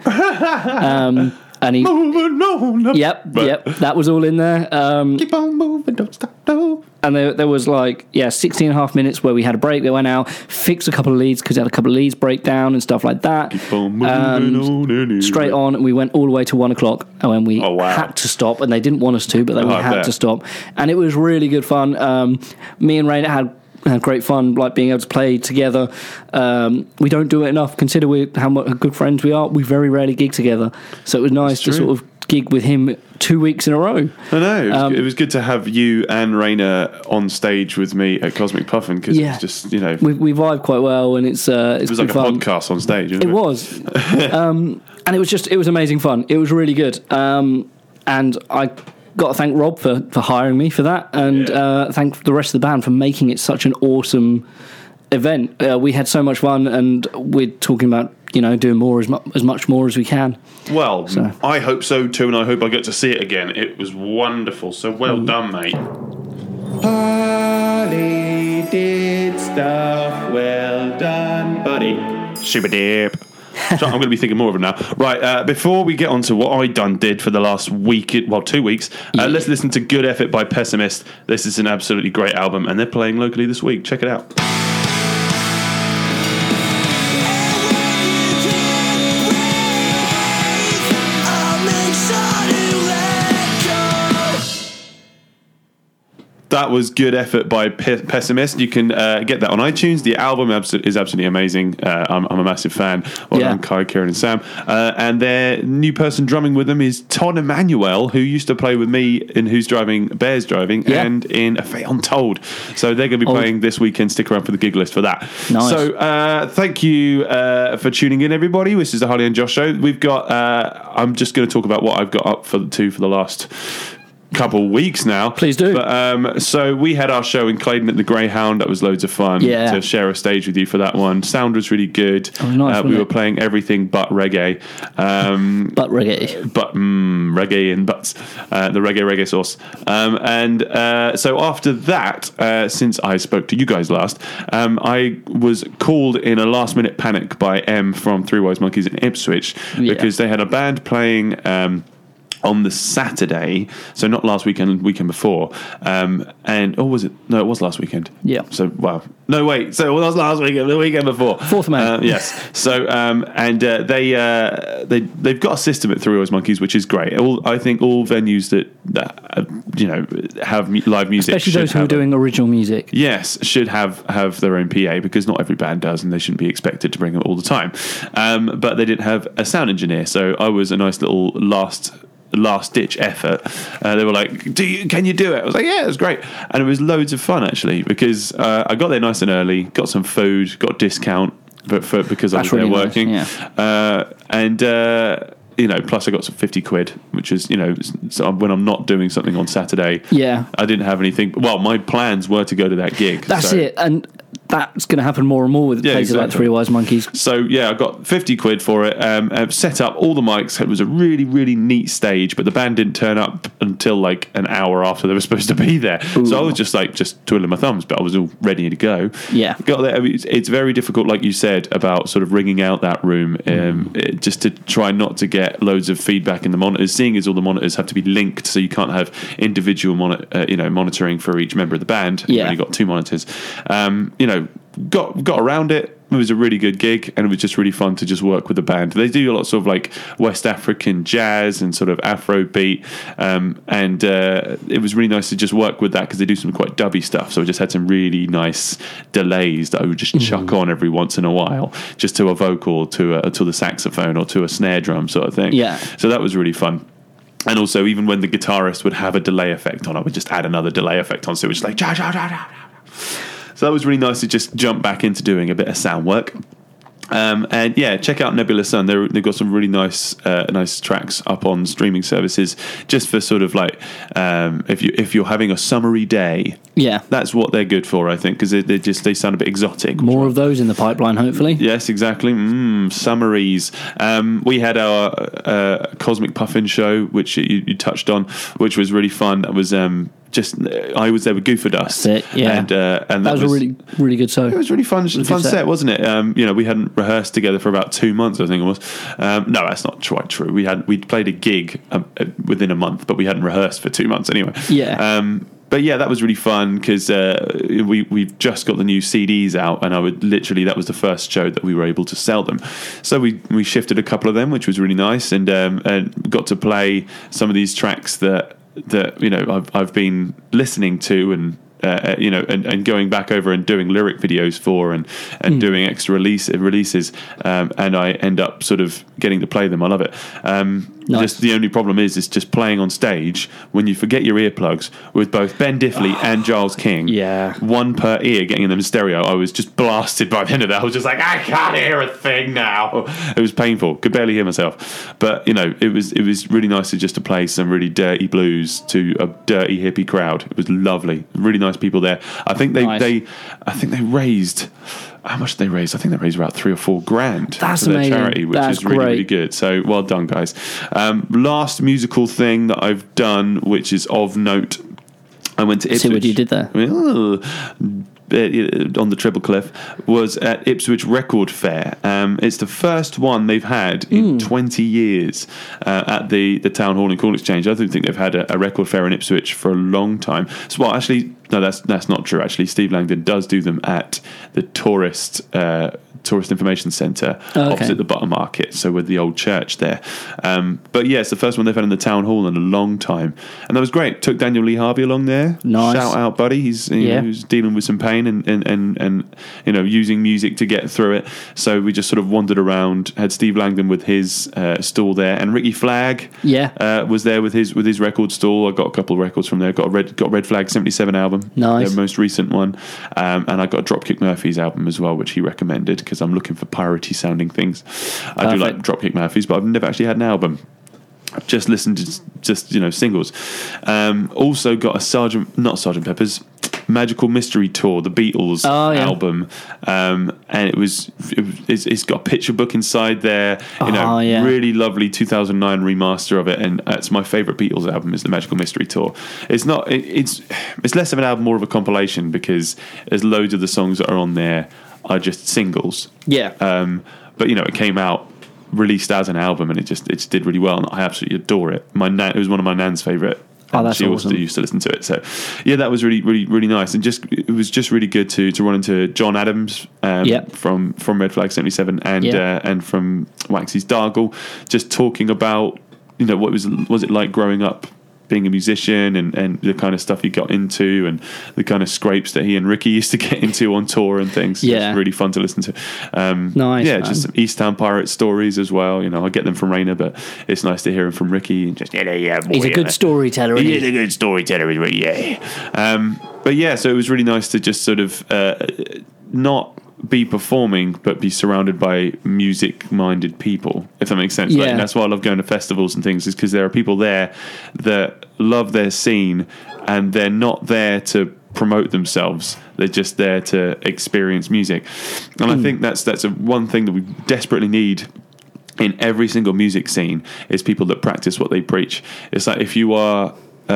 Speaker 2: um, and he
Speaker 3: Moving on up.
Speaker 2: yep
Speaker 3: But-
Speaker 2: yep that was all in there. Um,
Speaker 3: Keep on moving, don't stop. No.
Speaker 2: and there, there was like yeah 16 and a half minutes where we had a break we went out fixed a couple of leads because had a couple of leads break down and stuff like that
Speaker 3: Boom,
Speaker 2: Um,
Speaker 3: moving on anyway.
Speaker 2: straight on and we went all the way to one o'clock and when we
Speaker 3: Oh, wow.
Speaker 2: had to stop and they didn't want us to but then we
Speaker 3: Oh, I
Speaker 2: had
Speaker 3: bet.
Speaker 2: to stop and it was really good fun um, me and Rainer had had great fun like being able to play together um, we don't do it enough consider we, how much good friends we are we very rarely gig together so it was nice to
Speaker 3: true.
Speaker 2: sort of gig with him two weeks in a row
Speaker 3: I know. It was,
Speaker 2: Um,
Speaker 3: it was good to have you and Rainer on stage with me at Cosmic Puffin because
Speaker 2: Yeah.
Speaker 3: it was just, you know,
Speaker 2: we, we vibe quite well and it's uh, it's
Speaker 3: it was
Speaker 2: good
Speaker 3: like a
Speaker 2: fun.
Speaker 3: podcast on stage. Wasn't
Speaker 2: It was, um, and it was just it was amazing fun. It was really good, um, and I got to thank Rob for for hiring me for that, and
Speaker 3: Yeah.
Speaker 2: uh, thank the rest of the band for making it such an awesome event. Uh, we had so much fun, and we're talking about you know doing more as, mu- as much more as we can.
Speaker 3: Well, I hope so too, and I hope I get to see it again. It was wonderful. So well done, mate. Polly did stuff. Well done, buddy. Super dip. so I'm going to be thinking more of it now. Right, uh, before we get on to what I done did for the last week, well, two weeks, uh, let's listen to Good Effort by Pessimist. This is an absolutely great album, and they're playing locally this week. Check it out. That was Good Effort by Pe- Pessimist. You can uh, get that on iTunes. The album abso- is absolutely amazing. Uh, I'm, I'm a massive fan. Well
Speaker 2: Yeah.
Speaker 3: done, Kai, Kieran, and Sam. Uh, and their new person drumming with them is Todd Emmanuel, who used to play with me in Who's Driving, Bears Driving,
Speaker 2: Yeah.
Speaker 3: and in A Fate Untold. So they're going to be
Speaker 2: Old.
Speaker 3: playing this weekend. Stick around for the gig list for that.
Speaker 2: Nice.
Speaker 3: So uh, thank you uh, for tuning in, everybody. This is the Harley and Josh show. We've got. Uh, I'm just going to talk about what I've got up for to for the last couple weeks now.
Speaker 2: Please do.
Speaker 3: But, um, so we had our show in Claydon at the Greyhound. That was loads of fun.
Speaker 2: Yeah.
Speaker 3: To share a stage with you for that one. Sound was really good.
Speaker 2: was nice,
Speaker 3: uh,
Speaker 2: wasn't
Speaker 3: we
Speaker 2: it?
Speaker 3: were playing everything but reggae. Um,
Speaker 2: But reggae,
Speaker 3: but mm, reggae and butts, uh, the reggae reggae sauce. Um, and uh, so after that, uh, since I spoke to you guys last, um, I was called in a last minute panic by M from Three Wise Monkeys in Ipswich
Speaker 2: Yeah.
Speaker 3: because they had a band playing. Um, on the Saturday, so not last weekend, weekend before, um, and or was it? No, it was last weekend.
Speaker 2: Yeah.
Speaker 3: So wow, no wait, so it was last weekend, the weekend before.
Speaker 2: Fourth man.
Speaker 3: Uh, yes. So um, and uh, they uh, they they've got a system at Three Oils Monkeys, which is great. All, I think all venues that, that uh, you know have mu- live music,
Speaker 2: especially
Speaker 3: should
Speaker 2: those who are
Speaker 3: have a-
Speaker 2: doing original music.
Speaker 3: Yes, should have have their own PA because not every band does, and they shouldn't be expected to bring them all the time. Um, but they didn't have a sound engineer, so I was a nice little last last ditch effort. Uh, they were like, "Do you? Can you do it?" I was like, "Yeah, it was great," and it was loads of fun actually because uh, I got there nice and early, got some food, got a discount, but for because I was
Speaker 2: That's
Speaker 3: there
Speaker 2: really nice,
Speaker 3: working,
Speaker 2: yeah.
Speaker 3: uh, and uh, you know, plus I got some fifty quid, which is you know, s- so when I'm not doing something on Saturday,
Speaker 2: Yeah.
Speaker 3: I didn't have anything. Well, my plans were to go to that gig.
Speaker 2: That's
Speaker 3: so-
Speaker 2: it, and that's going to happen more and more with
Speaker 3: Yeah,
Speaker 2: places like
Speaker 3: exactly.
Speaker 2: Three Wise Monkeys.
Speaker 3: So yeah, I got fifty quid for it. Um, uh, set up all the mics. It was a really really neat stage, but the band didn't turn up until like an hour after they were supposed to be there. So I was just like just twiddling my thumbs, but I was all ready to go.
Speaker 2: Yeah.
Speaker 3: got there. I mean, it's, it's very difficult, like you said, about sort of ringing out that room, um,
Speaker 2: Mm.
Speaker 3: it- just to try not to get loads of feedback in the monitors. Seeing as all the monitors have to be linked, so you can't have individual moni- uh, you know monitoring for each member of the band. You've
Speaker 2: Yeah.
Speaker 3: only got got two monitors. Um, you know, got got around it. It was a really good gig, and it was just really fun to just work with the band. They do lots of like West African jazz and sort of Afro beat, um, and uh, it was really nice to just work with that because they do some quite dubby stuff. So I just had some really nice delays that I would just chuck on every once in a while, just to a vocal, to a, to the saxophone, or to a snare drum sort of thing.
Speaker 2: Yeah.
Speaker 3: So that was really fun. And also, even when the guitarist would have a delay effect on, I would just add another delay effect on. So it was just like, "Ja, ja, ja, ja, ja, ja." so that was really nice to just jump back into doing a bit of sound work. Um, and yeah, check out Nebula Sun. They're, they've got some really nice, uh, nice tracks up on streaming services, just for sort of like um, if you if you're having a summery day.
Speaker 2: Yeah.
Speaker 3: That's what they're good for, I think, because they, they just they sound a bit exotic.
Speaker 2: More of those in the pipeline, hopefully.
Speaker 3: Yes, exactly. Mm, summaries. Um, we had our uh, Cosmic Puffin show, which you, you touched on, which was really fun. That was um, just I was there with Goofer Dust.
Speaker 2: That's it, yeah.
Speaker 3: and uh, and
Speaker 2: That was a really, really good show.
Speaker 3: it was really fun,
Speaker 2: good
Speaker 3: fun set.
Speaker 2: set.
Speaker 3: wasn't it? Um, you know, we hadn't rehearsed together for about two months, I think it was. Um, no, that's not quite true. We had we played a gig um, uh, within a month, but we hadn't rehearsed for two months anyway.
Speaker 2: Yeah.
Speaker 3: Um, but yeah, that was really fun because uh, we we've just got the new CDs out, and I would literally that was the first show that we were able to sell them. So we we shifted a couple of them, which was really nice, and um, and got to play some of these tracks that that you know I've I've been listening to and. Uh, you know, and, and going back over and doing lyric videos for, and and doing extra release releases, um, and I end up sort of getting to play them. I love it. Um,
Speaker 2: Nice.
Speaker 3: Just the only problem is, is just playing on stage when you forget your earplugs with both Ben Diffley and Giles King.
Speaker 2: Yeah.
Speaker 3: One per ear getting them in stereo. I was just blasted by the end of that. I was just like, I can't hear a thing now. It was painful. Could barely hear myself. But, you know, it was it was really nice to just to play some really dirty blues to a dirty hippie crowd. It was lovely. Really nice people there. I think they,
Speaker 2: Nice.
Speaker 3: they I think they raised how much did they raise? I think they raised about three or four grand
Speaker 2: That's
Speaker 3: for their
Speaker 2: amazing.
Speaker 3: charity, which
Speaker 2: That's
Speaker 3: is really, really
Speaker 2: great.
Speaker 3: good. So well done, guys. Um, last musical thing that I've done, which is of note, I went to Ipswich.
Speaker 2: See what you did there.
Speaker 3: Ooh. Uh, on the Treble Cliff was at Ipswich Record Fair. Um, it's the first one they've had
Speaker 2: Hmm.
Speaker 3: in 20 years uh, at the, the Town Hall and Corn Exchange. I don't think they've had a, a record fair in Ipswich for a long time. So, well, actually, no, that's that's not true. Actually, Steve Langdon does do them at the tourist uh, tourist information centre
Speaker 2: Oh, okay.
Speaker 3: opposite the Butter Market, so with the old church there. Um, but yeah, it's the first one they've had in the town hall in a long time, and that was great. Took Daniel Lee Harvey along there.
Speaker 2: Nice.
Speaker 3: shout out, buddy. He's he
Speaker 2: Yeah.
Speaker 3: was dealing with some pain and and, and and you know using music to get through it. So we just sort of wandered around. Had Steve Langdon with his uh, stall there, and Ricky Flagg,
Speaker 2: Yeah.
Speaker 3: uh, was there with his with his record stall. I got a couple of records from there. Got a red got a Red Flag seventy seven album,
Speaker 2: Nice.
Speaker 3: their most recent one, um, and I got Dropkick Murphys album as well, which he recommended because I'm looking for piratey sounding things. I do like
Speaker 2: Perfect.
Speaker 3: Dropkick Murphys, but I've never actually had an album. I've just listened to s- just you know singles. Um, also got a Sergeant, not Sergeant Pepper's. Magical Mystery Tour, the Beatles
Speaker 2: Oh, yeah.
Speaker 3: album, um, and it was it, was- it's, it's got a picture book inside there. You know,
Speaker 2: Oh, yeah.
Speaker 3: really lovely 2009 remaster of it, and it's my favorite Beatles album. Is the Magical Mystery Tour? It's not. It, it's it's less of an album, more of a compilation because there's loads of the songs that are on there are just singles.
Speaker 2: Yeah.
Speaker 3: Um, but you know, it came out released as an album, and it just it just did really well, and I absolutely adore it. My nan, it was one of my nan's favorite.
Speaker 2: Oh,
Speaker 3: and
Speaker 2: that's
Speaker 3: she also
Speaker 2: awesome.
Speaker 3: used to listen to it. So, yeah, that was really, really, really nice, and just it was just really good to to run into John Adams um,
Speaker 2: Yep.
Speaker 3: from from Red Flag Seventy Seven and
Speaker 2: Yeah.
Speaker 3: uh, and from Waxy's Dargle, just talking about you know what was was it like growing up being a musician and, and the kind of stuff he got into and the kind of scrapes that he and Ricky used to get into on tour and things. So
Speaker 2: Yeah.
Speaker 3: it's really fun to listen to. Um,
Speaker 2: Nice,
Speaker 3: yeah,
Speaker 2: man.
Speaker 3: just some East Town Pirate stories as well. You know, I get them from Rainer, but it's nice to hear them from Ricky. And just yeah, yeah, boy,
Speaker 2: He's a
Speaker 3: yeah.
Speaker 2: good storyteller.
Speaker 3: He
Speaker 2: isn't
Speaker 3: is a good storyteller, is what- yeah. Um, but yeah, so it was really nice to just sort of uh, not be performing, but be surrounded by music-minded people. If that makes sense, Like,
Speaker 2: Yeah.
Speaker 3: that's why I love going to festivals and things, is because there are people there that love their scene, and they're not there to promote themselves. They're just there to experience music, and I think that's that's a, one thing that we desperately need in every single music scene is people that practice what they preach. It's like if you are. Uh,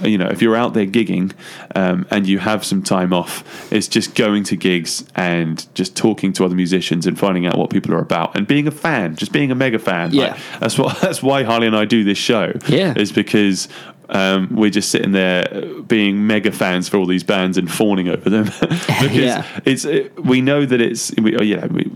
Speaker 3: uh, you know, if you're out there gigging um, and you have some time off, it's just going to gigs and just talking to other musicians and finding out what people are about and being a fan, just being a mega fan.
Speaker 2: Yeah.
Speaker 3: that's what. That's why Harley and I do this show.
Speaker 2: Yeah.
Speaker 3: is because um, we're just sitting there being mega fans for all these bands and fawning over them because
Speaker 2: Yeah.
Speaker 3: it's it, we know that it's we, oh, yeah we it-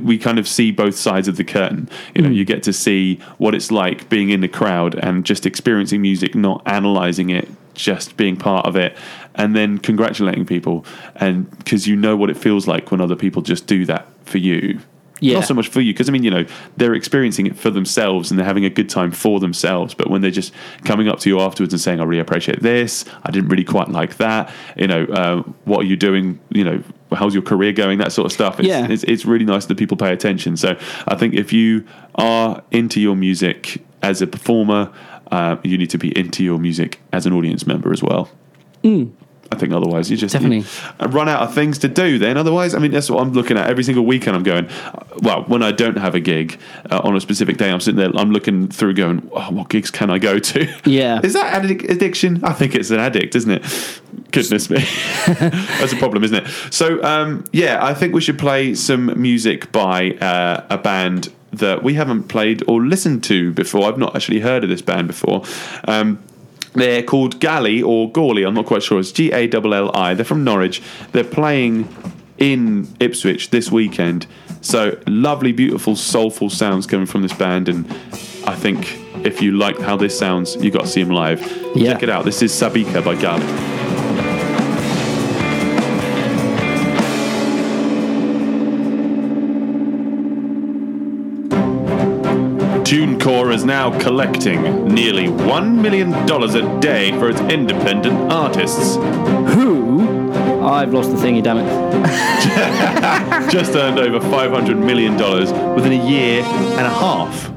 Speaker 3: we kind of see both sides of the curtain. You know, you get to see what it's like being in the crowd and just experiencing music, not analyzing it, just being part of it, and then congratulating people, and because you know what it feels like when other people just do that for you.
Speaker 2: Yeah.
Speaker 3: Not so much for you, because I mean, you know, they're experiencing it for themselves and they're having a good time for themselves. But when they're just coming up to you afterwards and saying, uh, "I really appreciate this," "I didn't really quite like that," you know, um, what are you doing? You know, well, how's your career going, that sort of stuff. It's,
Speaker 2: Yeah.
Speaker 3: it's, it's really nice that people pay attention. So I think if you are into your music as a performer, uh, you need to be into your music as an audience member as well. I think otherwise you just
Speaker 2: Mm. Definitely.
Speaker 3: you uh, run out of things to do. Then otherwise, I mean that's what I'm looking at every single weekend. I'm going, uh, well, when I don't have a gig uh, on a specific day, I'm sitting there, I'm looking through, going, oh, what gigs can I go to?
Speaker 2: Yeah.
Speaker 3: is that addic- addiction? I think it's an addict, isn't it? Goodness me, that's a problem, isn't it? So um, yeah, I think we should play some music by uh, a band that we haven't played or listened to before. I've not actually heard of this band before. Um, they're called Galley or Gawley. I'm not quite sure. It's G A L L I. They're from Norwich. They're playing in Ipswich this weekend. So lovely, beautiful, soulful sounds coming from this band. And I think if you like how this sounds, you got to see them live.
Speaker 2: Yeah.
Speaker 3: Check it out. This is Sabika by Galley. TuneCore is now collecting nearly $1 million a day for its independent artists.
Speaker 2: Who? I've lost the thingy, damn it.
Speaker 3: Just earned over $500 million within a year and a half.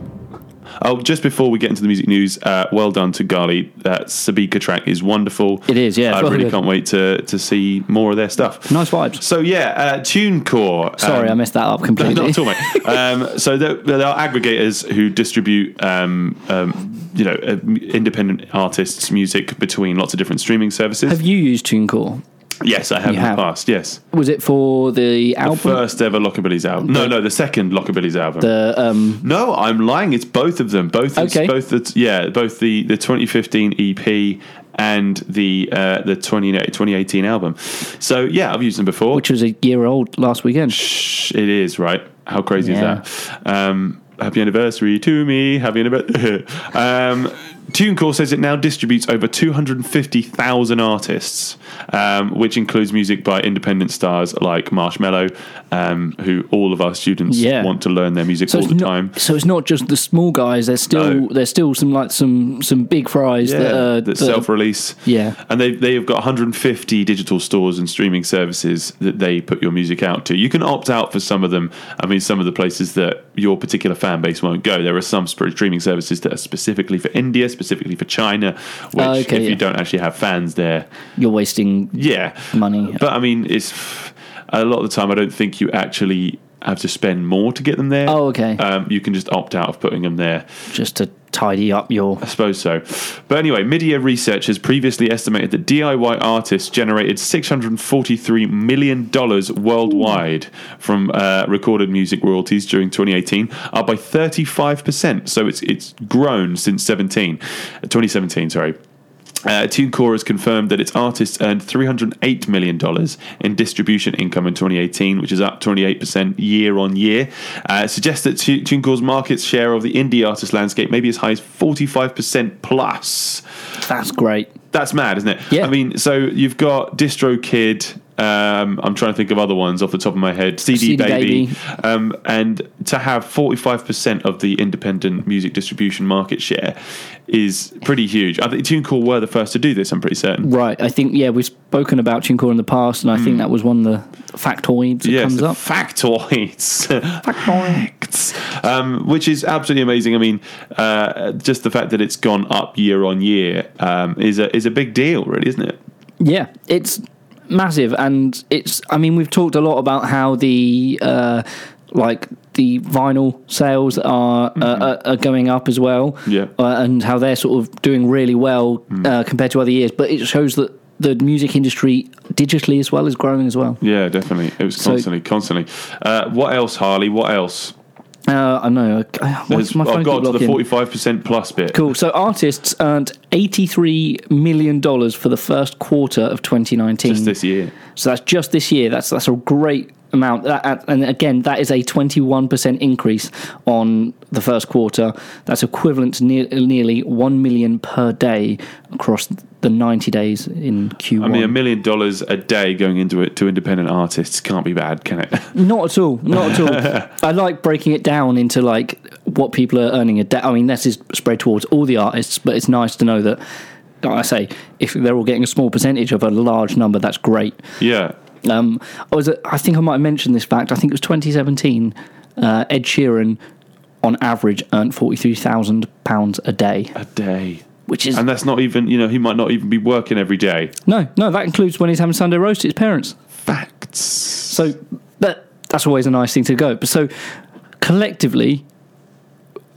Speaker 3: Oh, just before we get into the music news, uh, well done to Gali. That Sabika track is wonderful.
Speaker 2: It is, yeah,
Speaker 3: I
Speaker 2: it's well
Speaker 3: really
Speaker 2: good.
Speaker 3: can't wait to, to see more of their stuff.
Speaker 2: Nice vibes.
Speaker 3: So, yeah, uh, TuneCore.
Speaker 2: Sorry,
Speaker 3: um,
Speaker 2: I messed that up
Speaker 3: No,
Speaker 2: completely.
Speaker 3: not at all, mate. Um, so there, there are aggregators who distribute, um, um, you know, uh, m- independent artists' music between lots of different streaming services.
Speaker 2: Have you used TuneCore?
Speaker 3: yes, I have in
Speaker 2: You
Speaker 3: the
Speaker 2: have?
Speaker 3: past. Yes,
Speaker 2: Was it for the album?
Speaker 3: first ever Lockabilly's album. No, no, the second Lockabilly's album.
Speaker 2: the um,
Speaker 3: no, I'm lying. It's both of them. Both, it's
Speaker 2: Okay.
Speaker 3: both the yeah, both the, the 2015 EP and the uh, the 20, 2018 album. So yeah, I've used them before.
Speaker 2: which was a year old last weekend.
Speaker 3: Shh, It is right. How crazy
Speaker 2: Yeah.
Speaker 3: is that? Um, happy anniversary to me. Happy anniversary. um, TuneCore says it now distributes over 250,000 artists, um, which includes music by independent stars like Marshmello, um, who all of our students
Speaker 2: Yeah.
Speaker 3: want to learn their music all
Speaker 2: it's
Speaker 3: the
Speaker 2: not,
Speaker 3: time.
Speaker 2: So it's not just the small guys. There's still
Speaker 3: No.
Speaker 2: there's still some like some some big fries
Speaker 3: Yeah,
Speaker 2: that are
Speaker 3: that
Speaker 2: that are-
Speaker 3: self-release.
Speaker 2: Yeah.
Speaker 3: and they they have got 150 digital stores and streaming services that they put your music out to. You can opt out for some of them. I mean, some of the places that your particular fan base won't go. There are some sp- streaming services that are specifically for India, specifically for China. Which,
Speaker 2: Oh, okay,
Speaker 3: if
Speaker 2: yeah.
Speaker 3: you don't actually have fans there,
Speaker 2: you're wasting.
Speaker 3: yeah,
Speaker 2: Money.
Speaker 3: But I mean, it's a lot of the time. I don't think you actually have to spend more to get them there.
Speaker 2: Oh, okay.
Speaker 3: Um, you can just opt out of putting them there.
Speaker 2: just to tidy up your.
Speaker 3: I suppose so. But anyway, Midia Research has previously estimated that DIY artists generated $643 million worldwide from uh, recorded music royalties during 2018, up by 35%. So it's, it's grown since 17, 2017, sorry. Uh, TuneCore has confirmed that its artists earned $308 million in distribution income in 2018, which is up 28% year on year. Uh, it suggests that Tu- TuneCore's market share of the indie artist landscape may be as high as 45% plus.
Speaker 2: That's great.
Speaker 3: That's mad, isn't it?
Speaker 2: Yeah.
Speaker 3: I mean, so you've got DistroKid. Um, I'm trying to think of other ones off the top of my head. CD,
Speaker 2: CD
Speaker 3: Baby,
Speaker 2: Baby.
Speaker 3: Um, and to have 45% of the independent music distribution market share is pretty huge. I think TuneCore were the first to do this. I'm pretty certain.
Speaker 2: Right, I think yeah we've spoken about TuneCore in the past, and I think that was one of the factoids that comes
Speaker 3: Hmm. the
Speaker 2: up.
Speaker 3: Factoids. Facts. Um, which is absolutely amazing. I mean, uh, just the fact that it's gone up year on year um, is a is a big deal, really, isn't it?
Speaker 2: Yeah, it's massive, and it's. I mean, we've talked a lot about how the uh, like the vinyl sales are uh, are- are going up as well.
Speaker 3: Mm-hmm. Yeah. Mm.
Speaker 2: uh, and how they're sort of doing really well uh, compared to other years. But it shows that the music industry digitally as well is growing as well.
Speaker 3: Yeah, definitely. It was constantly, constantly. Uh, what else, Harley? What else?
Speaker 2: Uh, I know. I- I- Why does
Speaker 3: There's-
Speaker 2: my phone
Speaker 3: I've got
Speaker 2: keep
Speaker 3: to the
Speaker 2: locking?
Speaker 3: forty-five percent plus bit.
Speaker 2: Cool. So artists earned eighty-three million dollars for the first quarter of twenty nineteen.
Speaker 3: Just this year.
Speaker 2: So that's just this year. That's that's a great amount. That- that- and again, that is a 21% increase on the first quarter. That's equivalent to near, nearly 1 million per day across the 90 days in Q1.
Speaker 3: I mean, a million dollars a day going into it to independent artists can't be bad, can it?
Speaker 2: not at all. Not at all. I like breaking it down into like what people are earning a day. I mean, this is spread towards all the artists, but it's nice to know that like I say if they're all getting a small percentage of a large number, that's great.
Speaker 3: yeah.
Speaker 2: Um, I was, at- I think I might have mentioned this fact. I think it was 2017. Uh, Ed Sheeran, on average, earned forty three thousand pounds a day,
Speaker 3: A day.
Speaker 2: which is
Speaker 3: And that's not even, you know, he might not even be working every day.
Speaker 2: no, no. That includes when he's having Sunday roast at his parents.
Speaker 3: Facts.
Speaker 2: So, but that's always a nice thing to go. But so collectively,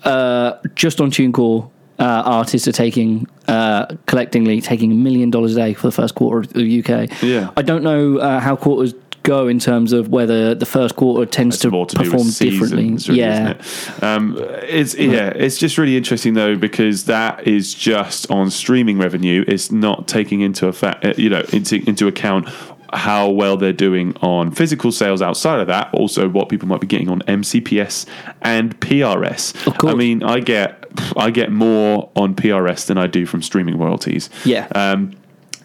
Speaker 2: uh, just on TuneCore, uh, artists are taking uh, collectively taking a million dollars a day for the first quarter of the UK.
Speaker 3: Yeah.
Speaker 2: I don't know uh, how quarters go in terms of whether the first quarter tends
Speaker 3: It's
Speaker 2: to,
Speaker 3: more to do
Speaker 2: perform
Speaker 3: with seasons,
Speaker 2: differently.
Speaker 3: really,
Speaker 2: yeah,
Speaker 3: isn't it? Um, it's yeah, it's just really interesting though because that is just on streaming revenue. It's not taking into effect, uh, you know, into into account how well they're doing on physical sales outside of that. Also, what people might be getting on MCPS and PRS.
Speaker 2: Of course.
Speaker 3: I mean, I get I get more on PRS than I do from streaming royalties.
Speaker 2: Yeah.
Speaker 3: Um,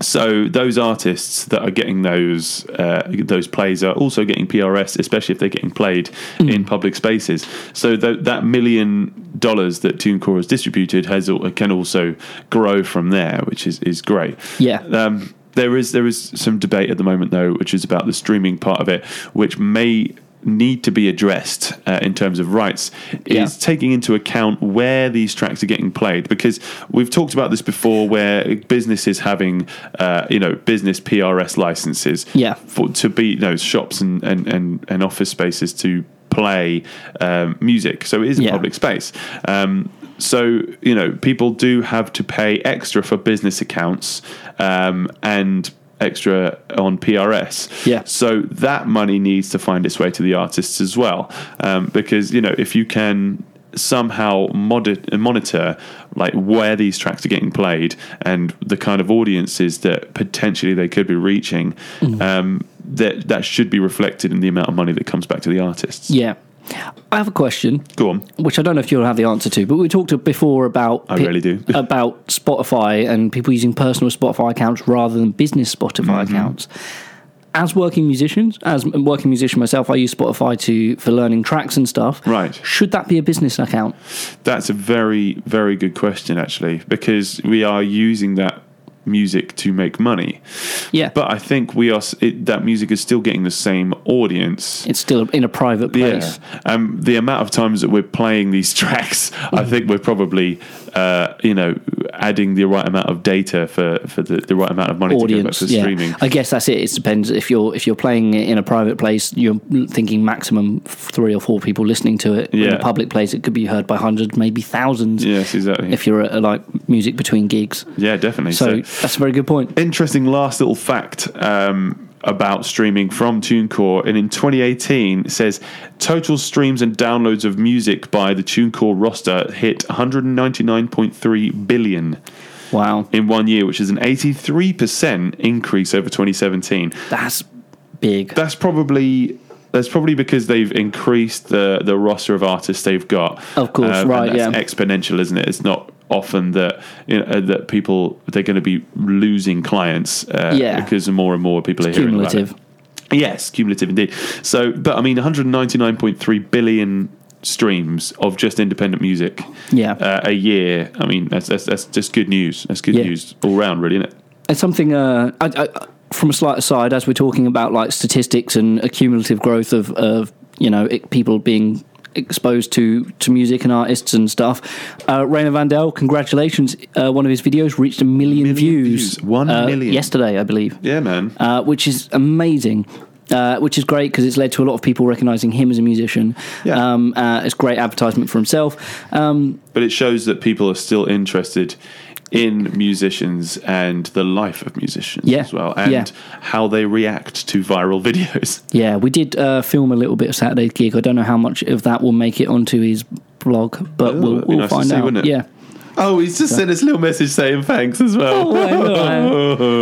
Speaker 3: so those artists that are getting those uh, those plays are also getting PRS, especially if they're getting played in public spaces. So tho- that million dollars that TuneCore has distributed has al- can also grow from there, which is is great.
Speaker 2: Yeah.
Speaker 3: Um, there is there is some debate at the moment though, which is about the streaming part of it, which may need to be addressed uh, in terms of rights
Speaker 2: Yeah.
Speaker 3: is taking into account where these tracks are getting played because we've talked about this before where businesses having uh, you know business PRS licenses
Speaker 2: Yeah.
Speaker 3: for to be you know shops and and and, and office spaces to play um, music so it is a
Speaker 2: Yeah.
Speaker 3: public space um, so you know people do have to pay extra for business accounts um, and extra on PRS
Speaker 2: Yeah.
Speaker 3: so that money needs to find its way to the artists as well, um, because you know if you can somehow modi- monitor like where these tracks are getting played and the kind of audiences that potentially they could be reaching,
Speaker 2: Mm.
Speaker 3: um, that that should be reflected in the amount of money that comes back to the artists.
Speaker 2: yeah. I have a question.
Speaker 3: Go on.
Speaker 2: which I don't know if you'll have the answer to, but we talked before about I
Speaker 3: really do.
Speaker 2: about Spotify and people using personal Spotify accounts rather than business Spotify
Speaker 3: Mm-hmm.
Speaker 2: accounts. As working musicians, as a working musician myself, I use Spotify to for learning tracks and stuff.
Speaker 3: Right.
Speaker 2: Should that be a business account?
Speaker 3: That's a very, very good question, actually, because we are using that music to make money.
Speaker 2: Yeah.
Speaker 3: But I think we are s- it, that music is still getting the same audience.
Speaker 2: it's still in a private place.
Speaker 3: Yeah. Um, the amount of times that we're playing these tracks,
Speaker 2: Mm-hmm.
Speaker 3: I think we're probably, uh, you know, adding the right amount of data for, for the, the right amount of money to go back
Speaker 2: Audience,
Speaker 3: to
Speaker 2: yeah.
Speaker 3: streaming.
Speaker 2: I guess that's it. It depends if you're if you're playing it in a private place, you're thinking maximum three or four people listening to it. In
Speaker 3: Yeah.
Speaker 2: a public place, it could be heard by hundreds, maybe thousands.
Speaker 3: Yes, exactly.
Speaker 2: if you're at, uh, like music between gigs.
Speaker 3: yeah, definitely.
Speaker 2: So that's a very good point.
Speaker 3: interesting last little fact um, about streaming from TuneCore, and in 2018 it says total streams and downloads of music by the TuneCore roster hit 199.3 billion
Speaker 2: Wow,
Speaker 3: in one year, which is an 83% increase over 2017.
Speaker 2: that's big.
Speaker 3: That's probably that's probably because they've increased the the roster of artists they've got. Um,
Speaker 2: Of course,
Speaker 3: and
Speaker 2: right,
Speaker 3: that's
Speaker 2: yeah.
Speaker 3: exponential, isn't it? It's not often that you know, uh, that people they're going to be losing clients uh,
Speaker 2: Yeah.
Speaker 3: because more and more people are hearing
Speaker 2: Cumulative.
Speaker 3: about it. Yes, cumulative indeed. So, but I mean, 199.3 billion streams of just independent music
Speaker 2: Yeah.
Speaker 3: uh, a year. I mean, that's, that's that's just good news. That's good
Speaker 2: Yeah.
Speaker 3: news all round, really, isn't it?
Speaker 2: It's something uh, I, I, from a slight aside, as we're talking about like statistics and accumulative growth of, of you know it, people being exposed to to music and artists and stuff. Uh, Rainer Vandel, congratulations! Uh, one of his videos reached a million, views.
Speaker 3: views. One
Speaker 2: uh,
Speaker 3: million.
Speaker 2: yesterday, I believe.
Speaker 3: Yeah, man.
Speaker 2: uh, which is amazing. Uh, which is great because it's led to a lot of people recognizing him as a musician.
Speaker 3: Yeah.
Speaker 2: Um, uh, it's great advertisement for himself. Um,
Speaker 3: but it shows that people are still interested in musicians and the life of musicians
Speaker 2: Yeah.
Speaker 3: as well and
Speaker 2: Yeah.
Speaker 3: how they react to viral videos
Speaker 2: yeah, we did uh, film a little bit of Saturday's gig. I don't know how much of that will make it onto his blog, but
Speaker 3: Oh,
Speaker 2: we'll,
Speaker 3: that'd be
Speaker 2: we'll
Speaker 3: nice to
Speaker 2: find
Speaker 3: see,
Speaker 2: out.
Speaker 3: wouldn't it?
Speaker 2: Yeah.
Speaker 3: oh he's just sent us a little message saying thanks as
Speaker 2: Oh,
Speaker 3: well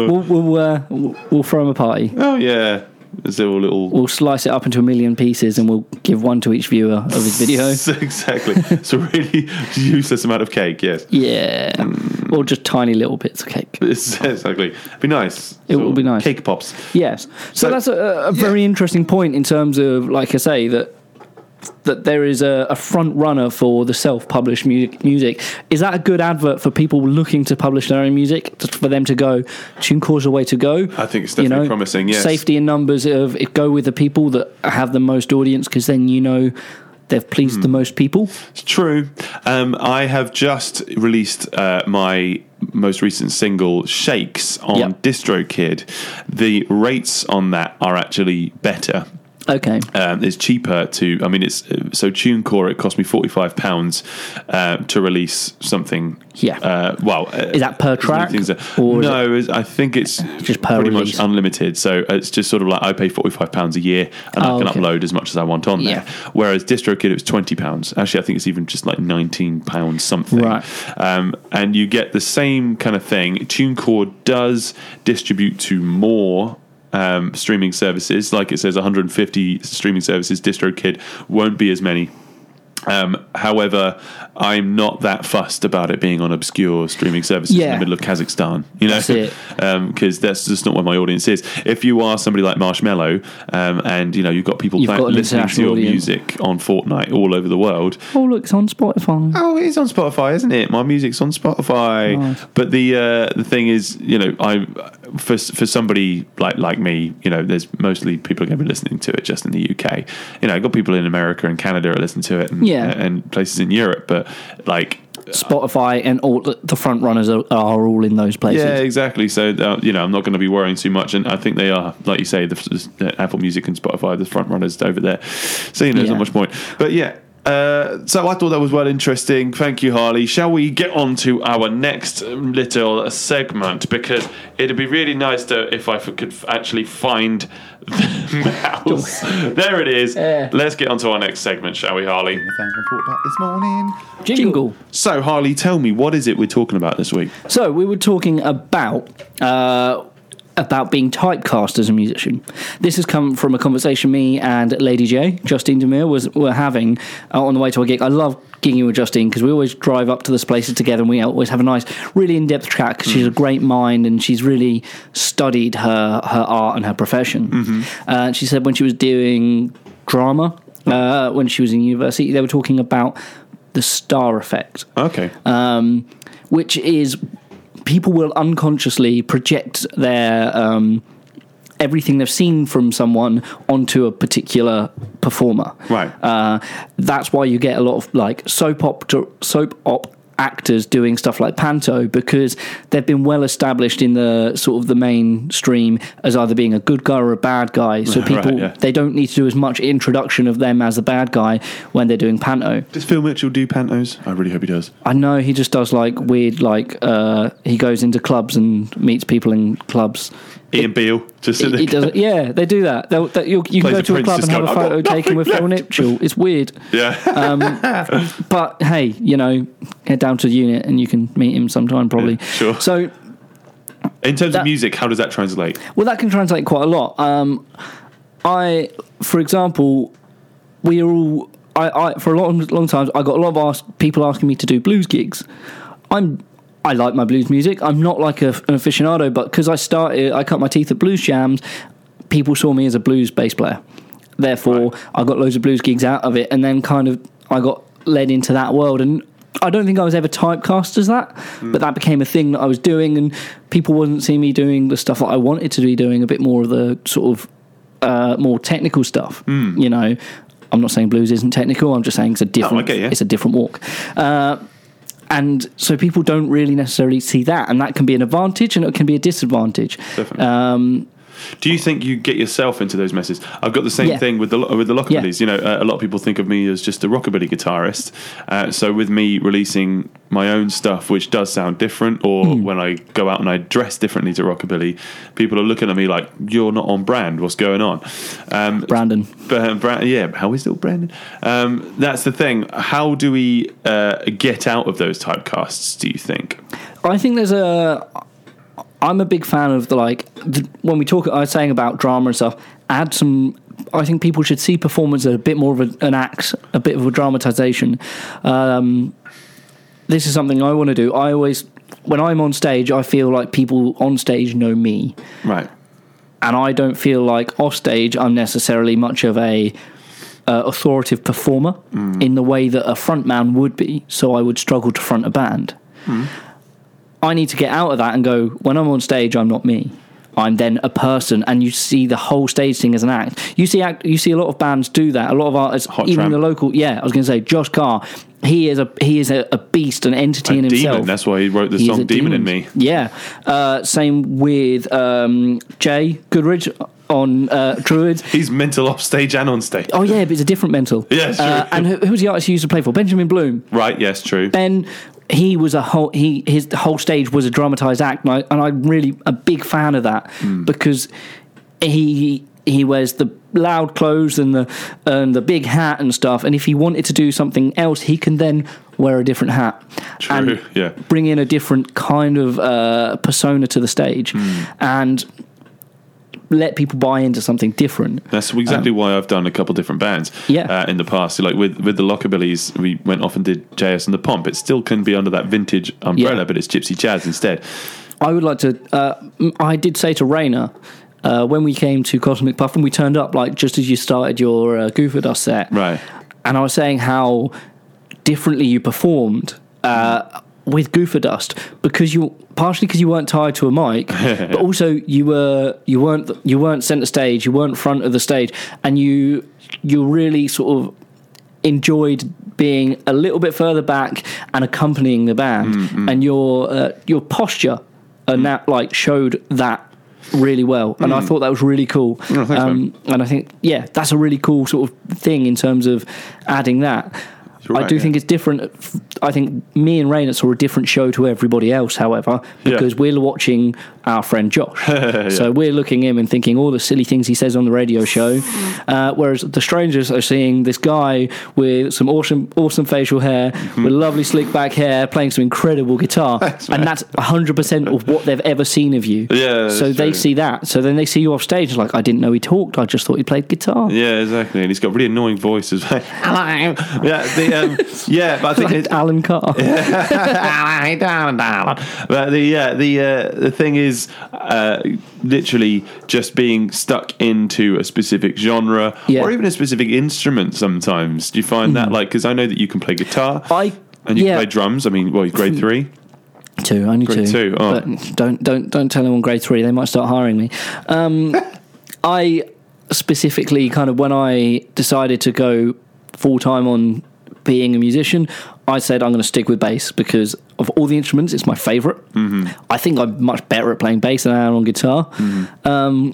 Speaker 2: I We'll we'll, uh, we'll we'll throw him a party.
Speaker 3: oh yeah there's a little
Speaker 2: We'll slice it up into a million pieces and we'll give one to each viewer of his video.
Speaker 3: exactly it's a really useless amount of cake yes
Speaker 2: Yeah. Or just tiny little bits of cake.
Speaker 3: It's- exactly be nice
Speaker 2: It will be nice.
Speaker 3: cake pops
Speaker 2: Yes. So,
Speaker 3: So-
Speaker 2: that's a, a very interesting point in terms of, like I say, that that there is a, a front runner for the self-published music, music. Is that a good advert for people looking to publish their own music? Just for them to go, TuneCore's the way to go.
Speaker 3: I think it's definitely promising, yes.
Speaker 2: safety in numbers of it, go with the people that have the most audience because then you know they've pleased
Speaker 3: Hmm.
Speaker 2: the most people.
Speaker 3: It's true. Um, I have just released uh, my most recent single, Shakes, on
Speaker 2: Yep.
Speaker 3: DistroKid. The rates on that are actually better.
Speaker 2: Okay,
Speaker 3: Um, it's cheaper to. I mean, it's uh, so TuneCore. It cost me forty five pounds uh, to release something.
Speaker 2: Yeah.
Speaker 3: Uh, well,
Speaker 2: Is that per track, or is
Speaker 3: no, is I think it's
Speaker 2: Just per
Speaker 3: pretty
Speaker 2: release?
Speaker 3: much unlimited. So it's just sort of like I pay forty five pounds a year, and
Speaker 2: Oh,
Speaker 3: I can
Speaker 2: okay.
Speaker 3: upload as much as I want on
Speaker 2: Yeah.
Speaker 3: there. Whereas DistroKid, it was twenty pounds. Actually, I think it's even just like nineteen pounds something.
Speaker 2: Right.
Speaker 3: Um, and you get the same kind of thing. TuneCore does distribute to more um, streaming services. Like it says, 150 streaming services. DistroKid won't be as many. Um, however, I'm not that fussed about it being on obscure streaming services in
Speaker 2: Yeah.
Speaker 3: the middle of Kazakhstan. You know,
Speaker 2: That's it.
Speaker 3: because that's just not where my audience is. If you are somebody like Marshmallow, um, and you know you've got people
Speaker 2: You've
Speaker 3: playing-
Speaker 2: got an
Speaker 3: listening to your
Speaker 2: international audience.
Speaker 3: music on Fortnite all over the world,
Speaker 2: oh look, it's on Spotify.
Speaker 3: Oh, it is on Spotify, isn't it? My music's on Spotify.
Speaker 2: Nice.
Speaker 3: But the uh, the thing is, you know, I for for somebody like like me, you know, there's mostly people are going to be listening to it just in the UK. You know, I've got people in America and Canada are listening to it, and,
Speaker 2: Yeah.
Speaker 3: and places in Europe. But like,
Speaker 2: Spotify and all the the front runners are, are all in those places.
Speaker 3: yeah, exactly. So uh, you know, I'm not going to be worrying too much, and I think they are, like you say, the, the Apple Music and Spotify, the front runners over there. So you know, there's
Speaker 2: Yeah.
Speaker 3: not much point. But yeah. Uh, so I thought that was well interesting. Thank you, Harley. Shall we get on to our next little segment? Because it'd be really nice to if I f- could f- actually find the mouse. there it is.
Speaker 2: Yeah.
Speaker 3: Let's get on to our next segment, shall we, Harley?
Speaker 1: this morning.
Speaker 2: Jingle.
Speaker 3: So, Harley, tell me what is it we're talking about this week?
Speaker 2: So we were talking about uh, about being typecast as a musician. This has come from a conversation me and Lady J, Justine Demir, was were having uh, on the way to our gig. I love gigging with Justine because we always drive up to this places together and we always have a nice, really in depth chat 'cause she's a great mind and she's really studied her her art and her profession. Uh, and she said when she was doing drama. Uh, when she was in university, they were talking about the star effect
Speaker 3: Okay.
Speaker 2: um, which is people will unconsciously project their um, everything they've seen from someone onto a particular performer.
Speaker 3: Right.
Speaker 2: Uh, that's why you get a lot of like soap opera, soap op actors doing stuff like panto because they've been well established in the sort of the mainstream as either being a good guy or a bad guy so people
Speaker 3: yeah.
Speaker 2: they don't need to do as much introduction of them as the bad guy when they're doing panto
Speaker 3: Does Phil Mitchell do pantos? I really hope he does.
Speaker 2: I know he just does like weird, like uh, he goes into clubs and meets people in clubs.
Speaker 3: Ian Beale just
Speaker 2: He,
Speaker 3: sit
Speaker 2: he
Speaker 3: there.
Speaker 2: does, yeah, they do that. They'll, that you you can
Speaker 3: Plays
Speaker 2: go
Speaker 3: a
Speaker 2: to a
Speaker 3: prince,
Speaker 2: club and
Speaker 3: just
Speaker 2: have a
Speaker 3: go, "I've
Speaker 2: photo
Speaker 3: got
Speaker 2: taken with Phil Mitchell. It's weird, Uh,
Speaker 3: Yeah,
Speaker 2: but hey, you know, head down to the unit and you can meet him sometime probably.
Speaker 3: sure.
Speaker 2: So
Speaker 3: in terms
Speaker 2: that-
Speaker 3: of music, how does that translate?
Speaker 2: Well, that can translate quite a lot. Um, I, for example, we are all. I, I for a long, long time, I got a lot of ask, people asking me to do blues gigs. I'm. I like my blues music. I'm not like a, an aficionado, but because I started, I cut my teeth at blues jams. People saw me as a blues bass player. Therefore, I got loads of blues gigs out of it, and then kind of I got led into that world. And I don't think I was ever typecast as that,
Speaker 3: Hmm.
Speaker 2: but that became a thing that I was doing, and people wasn't seeing me doing the stuff that I wanted to be doing, a bit more of the sort of uh, more technical stuff.
Speaker 3: Hmm.
Speaker 2: You know, I'm not saying blues isn't technical. I'm just saying it's a different,
Speaker 3: get you.
Speaker 2: it's a different walk. Uh, and so people don't really necessarily see that, and that can be an advantage and it can be a disadvantage.
Speaker 3: Definitely.
Speaker 2: Um,
Speaker 3: Do you think you get yourself into those messes? I've got the same
Speaker 2: Yeah.
Speaker 3: thing with the lo- with the
Speaker 2: Yeah.
Speaker 3: lockabillys. You know, uh, a lot of people think of me as just a rockabilly guitarist. Uh, so with me releasing my own stuff, which does sound different, or
Speaker 2: Hmm.
Speaker 3: when I go out and I dress differently to rockabilly, people are looking at me like you're not on brand. What's going on? Um,
Speaker 2: Brandon,
Speaker 3: Bra- Bra- yeah, how is it, Brandon? Um, that's the thing. How do we uh, get out of those typecasts? Do you think?
Speaker 2: I think there's a. I'm a big fan of the like the, when we talk. I was saying about drama and stuff. Add some. I think people should see performance as a bit more of a, an act, a bit of a dramatization. Um, this is something I want to do. I always, when I'm on stage, I feel like people on stage know me,
Speaker 3: Right.
Speaker 2: and I don't feel like off stage I'm necessarily much of a uh, authoritative performer
Speaker 3: Mm.
Speaker 2: in the way that a front man would be, so I would struggle to front a band.
Speaker 3: Mm.
Speaker 2: I need to get out of that and go, when I'm on stage, I'm not me. I'm then a person, and you see the whole stage thing as an act. You see, act, you see a lot of bands do that. A lot of artists,
Speaker 3: Hot
Speaker 2: even
Speaker 3: Tramp.
Speaker 2: the local, yeah, I was going to say Josh Carr. He is a he is a, a beast, an entity in
Speaker 3: A
Speaker 2: himself.
Speaker 3: demon. That's why he wrote the
Speaker 2: He is
Speaker 3: song
Speaker 2: a
Speaker 3: "Demon in Me."
Speaker 2: Yeah. Uh, same with um, Jay Goodridge on uh, Druids.
Speaker 3: He's mental off stage and on stage.
Speaker 2: Oh yeah, but it's a different mental.
Speaker 3: Yeah, it's
Speaker 2: Uh,
Speaker 3: true.
Speaker 2: and who, who was the artist he used to play for? Benjamin Bloom.
Speaker 3: Right? Yes, true.
Speaker 2: Ben, he was a whole he his whole stage was a dramatized act, and, I, and I'm really a big fan of that
Speaker 3: Hmm.
Speaker 2: because he he wears the loud clothes and the and the big hat and stuff. And if he wanted to do something else, he can then wear a different hat
Speaker 3: True,
Speaker 2: and
Speaker 3: yeah.
Speaker 2: bring in a different kind of uh, persona to the stage and let people buy into something different.
Speaker 3: That's exactly why I've done a couple different bands.
Speaker 2: Um, Yeah.
Speaker 3: Uh, in the past, like with with the Lockabillies, we went off and did JS and the Pomp. It still can be under that vintage umbrella,
Speaker 2: Yeah.
Speaker 3: but it's Gypsy Jazz instead.
Speaker 2: I would like to. Uh, m- I did say to Rainer uh, when we came to Cosmic Puff and we turned up like just as you started your uh, Goofer Dust set,
Speaker 3: Right.
Speaker 2: And I was saying how differently you performed uh, with Goofer Dust because you partially because you weren't tied to a mic, but also you were you weren't you weren't centre stage, you weren't front of the stage, and you you really sort of enjoyed being a little bit further back and accompanying the band,
Speaker 3: Mm,
Speaker 2: and your uh, your posture and that like showed that really well, and I thought that was really cool.
Speaker 3: Mm. Oh,
Speaker 2: Um,
Speaker 3: thanks,
Speaker 2: and I think yeah, that's a really cool sort of thing in terms of adding that.
Speaker 3: You're
Speaker 2: I
Speaker 3: right,
Speaker 2: do
Speaker 3: yeah.
Speaker 2: think it's different. I think me and Raynert saw a different show to everybody else, however,
Speaker 3: Yeah.
Speaker 2: because we're watching our friend Josh. So we're looking at him and thinking all the silly things he says on the radio show, uh, whereas the strangers are seeing this guy with some awesome, awesome facial hair,
Speaker 3: Mm-hmm.
Speaker 2: with lovely slick back hair, playing some incredible guitar, and that's 100 percent of what they've ever seen of you.
Speaker 3: Yeah, that's
Speaker 2: So they
Speaker 3: true.
Speaker 2: see that. So then they see you off stage. it's Like I didn't know he talked. I just thought he played guitar.
Speaker 3: Yeah, exactly. And he's got really annoying voices. Hello. Yeah, the, um, yeah, but I think
Speaker 2: Like
Speaker 3: it,
Speaker 2: Alan Carr.
Speaker 3: but the yeah the uh, the thing is uh, literally just being stuck into a specific genre
Speaker 2: Yeah.
Speaker 3: or even a specific instrument. Sometimes do you find that like because I know that you can play guitar.
Speaker 2: I-
Speaker 3: and you
Speaker 2: yeah.
Speaker 3: can play drums. I mean, well, you're grade three.
Speaker 2: Two, only
Speaker 3: Grade
Speaker 2: two.
Speaker 3: two, oh.
Speaker 2: But don't don't don't tell anyone grade three. They might start hiring me. Um, I specifically kind of when I decided to go full time on being a musician, I said I'm going to stick with bass because of all the instruments, it's my favorite.
Speaker 3: Mm-hmm.
Speaker 2: I think I'm much better at playing bass than I am on guitar.
Speaker 3: Mm-hmm.
Speaker 2: Um,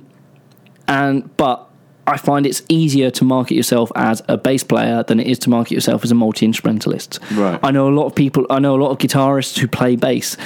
Speaker 2: and but I find it's easier to market yourself as a bass player than it is to market yourself as a multi instrumentalist.
Speaker 3: Right.
Speaker 2: I know a lot of people. I know a lot of guitarists who play bass,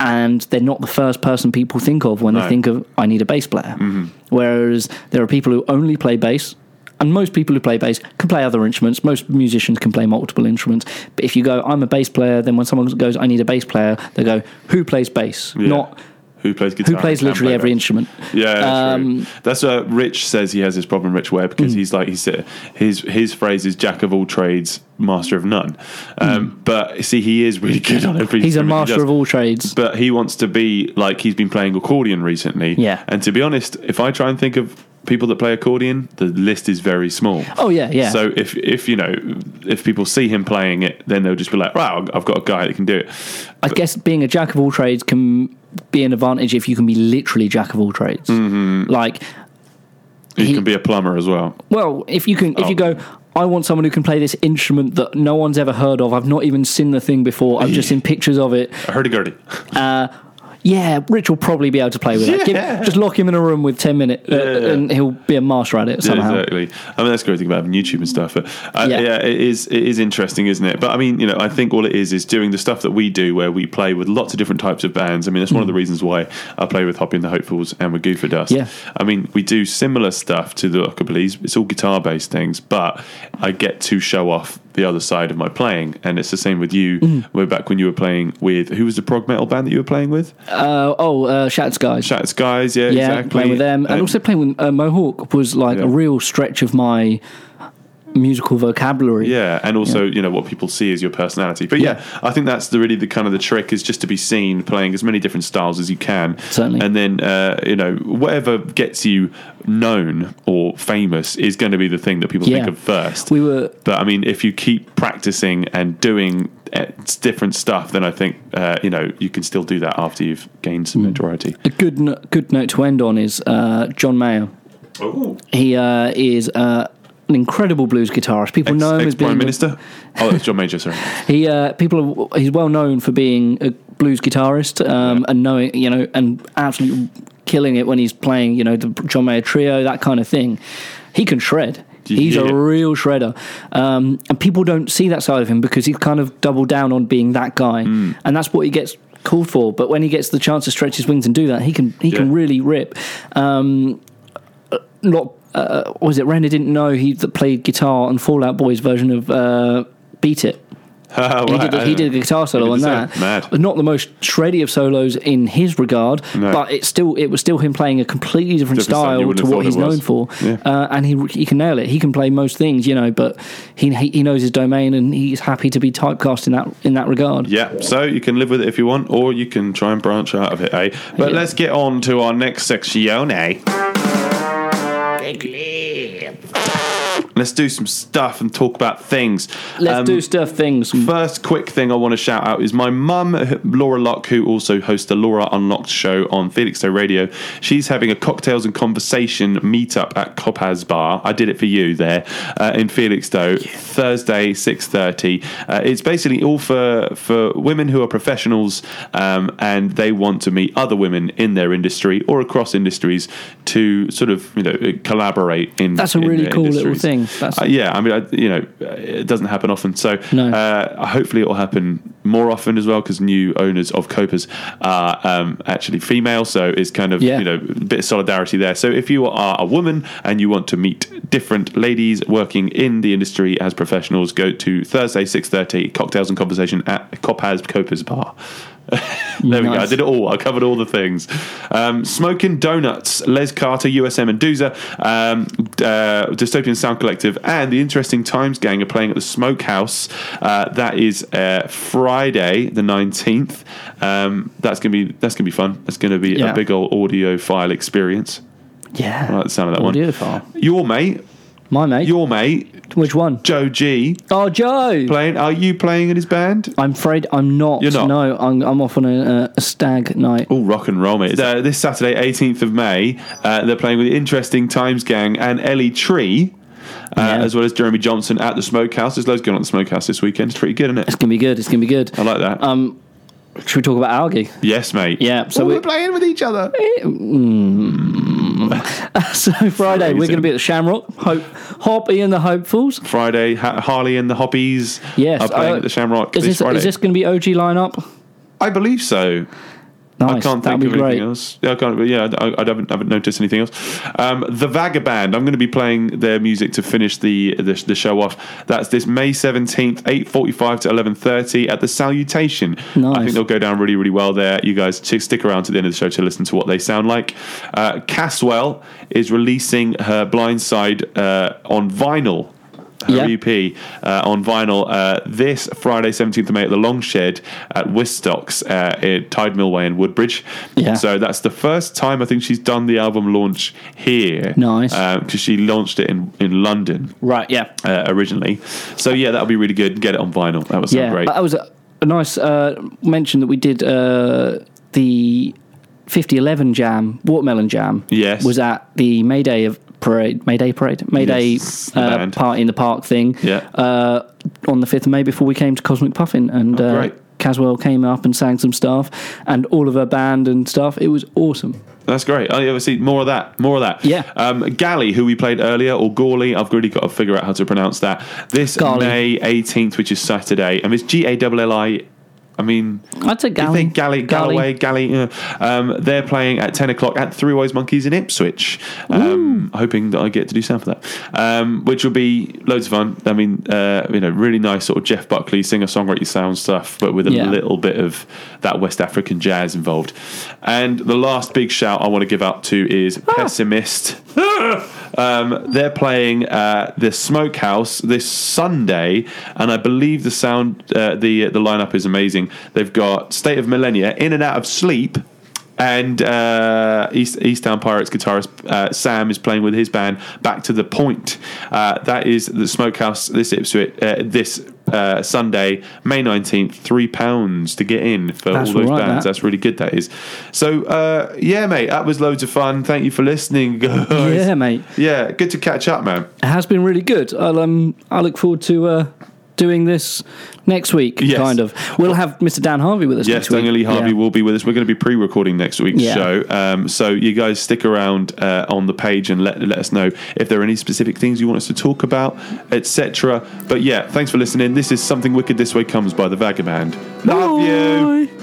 Speaker 2: and they're not the first person people think of when
Speaker 3: No.
Speaker 2: they think of I need a bass player.
Speaker 3: Mm-hmm.
Speaker 2: Whereas there are people who only play bass. And most people who play bass can play other instruments. Most musicians can play multiple instruments. But if you go, I'm a bass player, then when someone goes, I need a bass player, they go, Who plays bass?
Speaker 3: Yeah.
Speaker 2: Not
Speaker 3: Who plays guitar?
Speaker 2: who plays
Speaker 3: and can
Speaker 2: literally
Speaker 3: play
Speaker 2: every
Speaker 3: bass?
Speaker 2: instrument.
Speaker 3: Yeah, that's
Speaker 2: Um, Hmm.
Speaker 3: true. That's uh, Rich says he has this problem. Rich Webb because he's like he's uh, his his phrase is jack of all trades, master of none. Um, But see, he is really good on every.
Speaker 2: Hmm. He's a
Speaker 3: instrument he
Speaker 2: master
Speaker 3: does.
Speaker 2: of all trades.
Speaker 3: But he wants to be like he's been playing accordion recently.
Speaker 2: Yeah.
Speaker 3: And to be honest, if I try and think of people that play accordion, the list is very small.
Speaker 2: Oh, yeah, yeah.
Speaker 3: So if if you know if people see him playing it, then they'll just be like, "Wow, I've got a guy that can do it."
Speaker 2: I guess being a jack of all trades can be an advantage if you can be literally jack of all trades.
Speaker 3: Mm-hmm.
Speaker 2: Like,
Speaker 3: He,
Speaker 2: He-
Speaker 3: can be a plumber as well.
Speaker 2: well, if you can, if you
Speaker 3: Oh.
Speaker 2: go, I want someone who can play this instrument that no one's ever heard of. I've not even seen the thing before. I've just seen pictures of it.
Speaker 3: Hurdy gurdy.
Speaker 2: Yeah, Rich will probably be able to play with that. Give-
Speaker 3: Yeah.
Speaker 2: just lock him in a room with ten minutes, uh,
Speaker 3: Yeah.
Speaker 2: and he'll be a master at it somehow.
Speaker 3: Yeah, exactly. I mean, that's the great thing about having YouTube and stuff. But uh, yeah.
Speaker 2: Yeah.
Speaker 3: it is it is interesting, isn't it? But I mean, you know, I think all it is is doing the stuff that we do, where we play with lots of different types of bands. I mean, that's one of the reasons why I play with Hoppy and the Hopefuls and with Goofer Dust.
Speaker 2: Hmm. Yeah.
Speaker 3: I mean, we do similar stuff to the Lockabillies. It's all guitar based things, but I get to show off the other side of my playing, and it's the same with you.
Speaker 2: Hmm.
Speaker 3: Way back when you were playing with who was the prog metal band that you were playing with?
Speaker 2: Uh, oh, uh, Shattered Skies.
Speaker 3: Shattered Skies. Yeah,
Speaker 2: yeah,
Speaker 3: exactly.
Speaker 2: playing with them, and
Speaker 3: Um,
Speaker 2: also playing with uh, Mohawk was like
Speaker 3: Yeah.
Speaker 2: a real stretch of my musical vocabulary.
Speaker 3: Yeah, and also you know what people see as your personality. But yeah, I think that's the really the kind of the trick is just to be seen playing as many different styles as you can.
Speaker 2: Certainly.
Speaker 3: and then uh, you know whatever gets you known or famous is going to be the thing that people think
Speaker 2: Yeah.
Speaker 3: of first.
Speaker 2: We were-
Speaker 3: but I mean, if you keep practicing and doing eh, different stuff, then I think uh, you know you can still do that after you've gained
Speaker 2: Hmm.
Speaker 3: some notoriety.
Speaker 2: A good no- good note to end on is uh, John Mayo.
Speaker 3: Oh,
Speaker 2: He uh, is uh, an incredible blues guitarist. People know him as being
Speaker 3: prime
Speaker 2: the-
Speaker 3: minister. Oh, that's John Major. Sorry.
Speaker 2: He uh, people are, he's well known for being a blues guitarist um, and knowing you know and absolutely killing it when he's playing you know the John Mayer Trio that kind of thing. He can shred. He's
Speaker 3: Yeah.
Speaker 2: a real shredder, um, and people don't see that side of him because he's kind of doubled down on being that guy, and that's what he gets called for. But when he gets the chance to stretch his wings and do that, he can he can
Speaker 3: Yeah.
Speaker 2: really rip. Um, not uh, what was it Renner didn't know he that played guitar on Fallout Boy's version of uh, Beat It. He
Speaker 3: Right,
Speaker 2: did,
Speaker 3: I
Speaker 2: a, he
Speaker 3: don't
Speaker 2: did a
Speaker 3: know.
Speaker 2: guitar solo
Speaker 3: He
Speaker 2: on
Speaker 3: did the
Speaker 2: that.
Speaker 3: same. Mad.
Speaker 2: Not the most shreddy of solos in his regard,
Speaker 3: No.
Speaker 2: but it's still it was still him playing a completely different,
Speaker 3: Different style, you
Speaker 2: style
Speaker 3: wouldn't
Speaker 2: to
Speaker 3: have
Speaker 2: what
Speaker 3: thought
Speaker 2: he's
Speaker 3: it was.
Speaker 2: known for.
Speaker 3: Yeah.
Speaker 2: Uh, and he he can nail it. He can play most things, you know, but he he he knows his domain and he's happy to be typecast in that in that regard.
Speaker 3: Yeah, so you can live with it if you want, or you can try and branch out of it, eh? But
Speaker 2: Yeah.
Speaker 3: let's get on to our next section, eh? Let's do some stuff and talk about things.
Speaker 2: Let's
Speaker 3: Um,
Speaker 2: do stuff things.
Speaker 3: First quick thing I want to shout out is my mum, Laura Locke, who also hosts the Laura Unlocked show on Felixstowe Radio. She's having a cocktails and conversation meetup at Copaz Bar. I did it for you there uh, in Felixstowe, Thursday, six thirty. Uh, it's basically all for for women who are professionals um, and they want to meet other women in their industry or across industries to sort of you know collaborate in.
Speaker 2: That's a
Speaker 3: in
Speaker 2: really
Speaker 3: their
Speaker 2: cool little
Speaker 3: industries.
Speaker 2: thing. That's-
Speaker 3: Uh, yeah, I mean, I, you know, uh, it doesn't happen often. So
Speaker 2: No.
Speaker 3: uh, hopefully it will happen more often as well because new owners of Copas are um, actually female. So it's kind of,
Speaker 2: Yeah.
Speaker 3: you know, a bit of solidarity there. So if you are a woman and you want to meet different ladies working in the industry as professionals, go to Thursday, 6.30, Cocktails and Conversation at Copas Copas Bar. There we go. I
Speaker 2: Nice.
Speaker 3: did it all. I covered all the things. Um, Smoking Donuts, Les Carter, USM and Doozer, um, uh, Dystopian Sound Collective, and the Interesting Times Gang are playing at the Smokehouse. Uh, that is uh, Friday, the nineteenth. Um, that's gonna be that's gonna be fun. That's gonna be
Speaker 2: Yeah.
Speaker 3: a big old audio file experience. I
Speaker 2: Yeah,
Speaker 3: like the sound of that
Speaker 2: Audiophile.
Speaker 3: one. Your mate,
Speaker 2: my mate.
Speaker 3: your mate,
Speaker 2: Which one?
Speaker 3: Joe G
Speaker 2: Oh, Joe.
Speaker 3: playing. Are you playing in his band?
Speaker 2: I'm afraid I'm not.
Speaker 3: You're not?
Speaker 2: No, I'm, I'm off on a, a stag night.
Speaker 3: All rock and roll, mate. Uh, this Saturday, 18th of May, uh, they're playing with the Interesting Times Gang and Ellie Tree, uh,
Speaker 2: Yeah.
Speaker 3: as well as Jeremy Johnson at the Smokehouse. There's loads going on at the Smokehouse this weekend. It's pretty good, isn't it?
Speaker 2: It's gonna be good. It's gonna be good.
Speaker 3: I like that.
Speaker 2: Um, should we talk about algae?
Speaker 3: yes, mate.
Speaker 2: Yeah, so
Speaker 3: So
Speaker 2: we-
Speaker 3: we're playing with each other.
Speaker 2: so Friday we're going to be at the Shamrock. Hope Hoppy and the Hopefuls.
Speaker 3: Friday, ha- Harley and the Hoppies
Speaker 2: Yes,
Speaker 3: are playing
Speaker 2: uh,
Speaker 3: at the Shamrock
Speaker 2: Is
Speaker 3: this,
Speaker 2: this,
Speaker 3: Friday.
Speaker 2: is this going to be OG lineup?
Speaker 3: I believe so.
Speaker 2: Nice.
Speaker 3: I can't
Speaker 2: That'd
Speaker 3: think of
Speaker 2: be great.
Speaker 3: anything else. Yeah, I can't. but Yeah, I, I haven't, haven't noticed anything else. Um, the Vagaband. I'm going to be playing their music to finish the the, the show off. That's this May 17th, 8:45 to 11:30 at the Salutation.
Speaker 2: Nice.
Speaker 3: I think they'll go down really, really well there. You guys ch- stick around to the end of the show to listen to what they sound like. Uh, Caswell is releasing her Blindside uh, on vinyl her
Speaker 2: Yeah.
Speaker 3: EP uh, on vinyl uh, this Friday, 17th of May at the Long Shed at Wistocks uh, at Tide Mill Way in Woodbridge.
Speaker 2: Yeah.
Speaker 3: So that's the first time I think she's done the album launch here.
Speaker 2: Nice.
Speaker 3: Because she launched it in, in London
Speaker 2: Right. Yeah.
Speaker 3: uh, originally. So yeah, that'll be really good. Get it on vinyl. That was
Speaker 2: yeah.
Speaker 3: great.
Speaker 2: But that was a, a nice uh, mention that we did uh, the 5011 jam, watermelon jam.
Speaker 3: Yes.
Speaker 2: Was at the Mayday of parade, Mayday parade, Mayday
Speaker 3: Yes, the
Speaker 2: uh,
Speaker 3: band.
Speaker 2: party in the park thing.
Speaker 3: Yeah.
Speaker 2: Uh, on the 5th of May before we came to Cosmic Puffin and.
Speaker 3: Oh,
Speaker 2: uh,
Speaker 3: great.
Speaker 2: Caswell came up and sang some stuff, and all of her band and stuff. It was awesome.
Speaker 3: That's great. I ever see more of that. More of that.
Speaker 2: Yeah.
Speaker 3: Um, Galley, who we played earlier, or Gawley, I've really got to figure out how to pronounce that. This
Speaker 2: Gawley.
Speaker 3: May 18th, which is Saturday, and it's G A L L I. I mean,
Speaker 2: I'd say
Speaker 3: I
Speaker 2: Galley.
Speaker 3: think Galley, Galloway, Galley. uh, um, they're playing at 10 o'clock at Three Wise Monkeys in Ipswich. Um, hoping that I get to do sound for that, um, which will be loads of fun. I mean, uh, you know, really nice sort of Jeff Buckley singer songwriter sound stuff, but with a
Speaker 2: Yeah.
Speaker 3: little bit of that West African jazz Ah. involved. And the last big shout I want to give out to is Pessimist. Um, they're playing uh, the Smokehouse this Sunday, and I believe the sound, uh, the the lineup is amazing. They've got State of Millennia, In and Out of Sleep. And uh, East, East Town Pirates guitarist uh, Sam is playing with his band Back to the Point. Uh, that is the Smokehouse this Ipswich, uh, this uh, Sunday, May 19th, £3 to get in for
Speaker 2: That's
Speaker 3: all those
Speaker 2: all right,
Speaker 3: bands.
Speaker 2: that.
Speaker 3: That's really good, that is. So, uh, yeah, mate, that was loads of fun. Thank you for listening, guys.
Speaker 2: Yeah, mate.
Speaker 3: Yeah, good to catch up, man.
Speaker 2: It has been really good. I'll, um, I look forward to uh, doing this next week,
Speaker 3: Yes.
Speaker 2: kind of. We'll have Mr. Dan Harvey with us
Speaker 3: Yes,
Speaker 2: next week.
Speaker 3: Daniel Lee Harvey
Speaker 2: Yeah.
Speaker 3: will be with us. We're going to be pre-recording next week's
Speaker 2: Yeah.
Speaker 3: show, um, so you guys stick around uh, on the page and let let us know if there are any specific things you want us to talk about, etc. But yeah, thanks for listening. This is something wicked. This way comes by the Vagabond. Love you.
Speaker 2: Bye.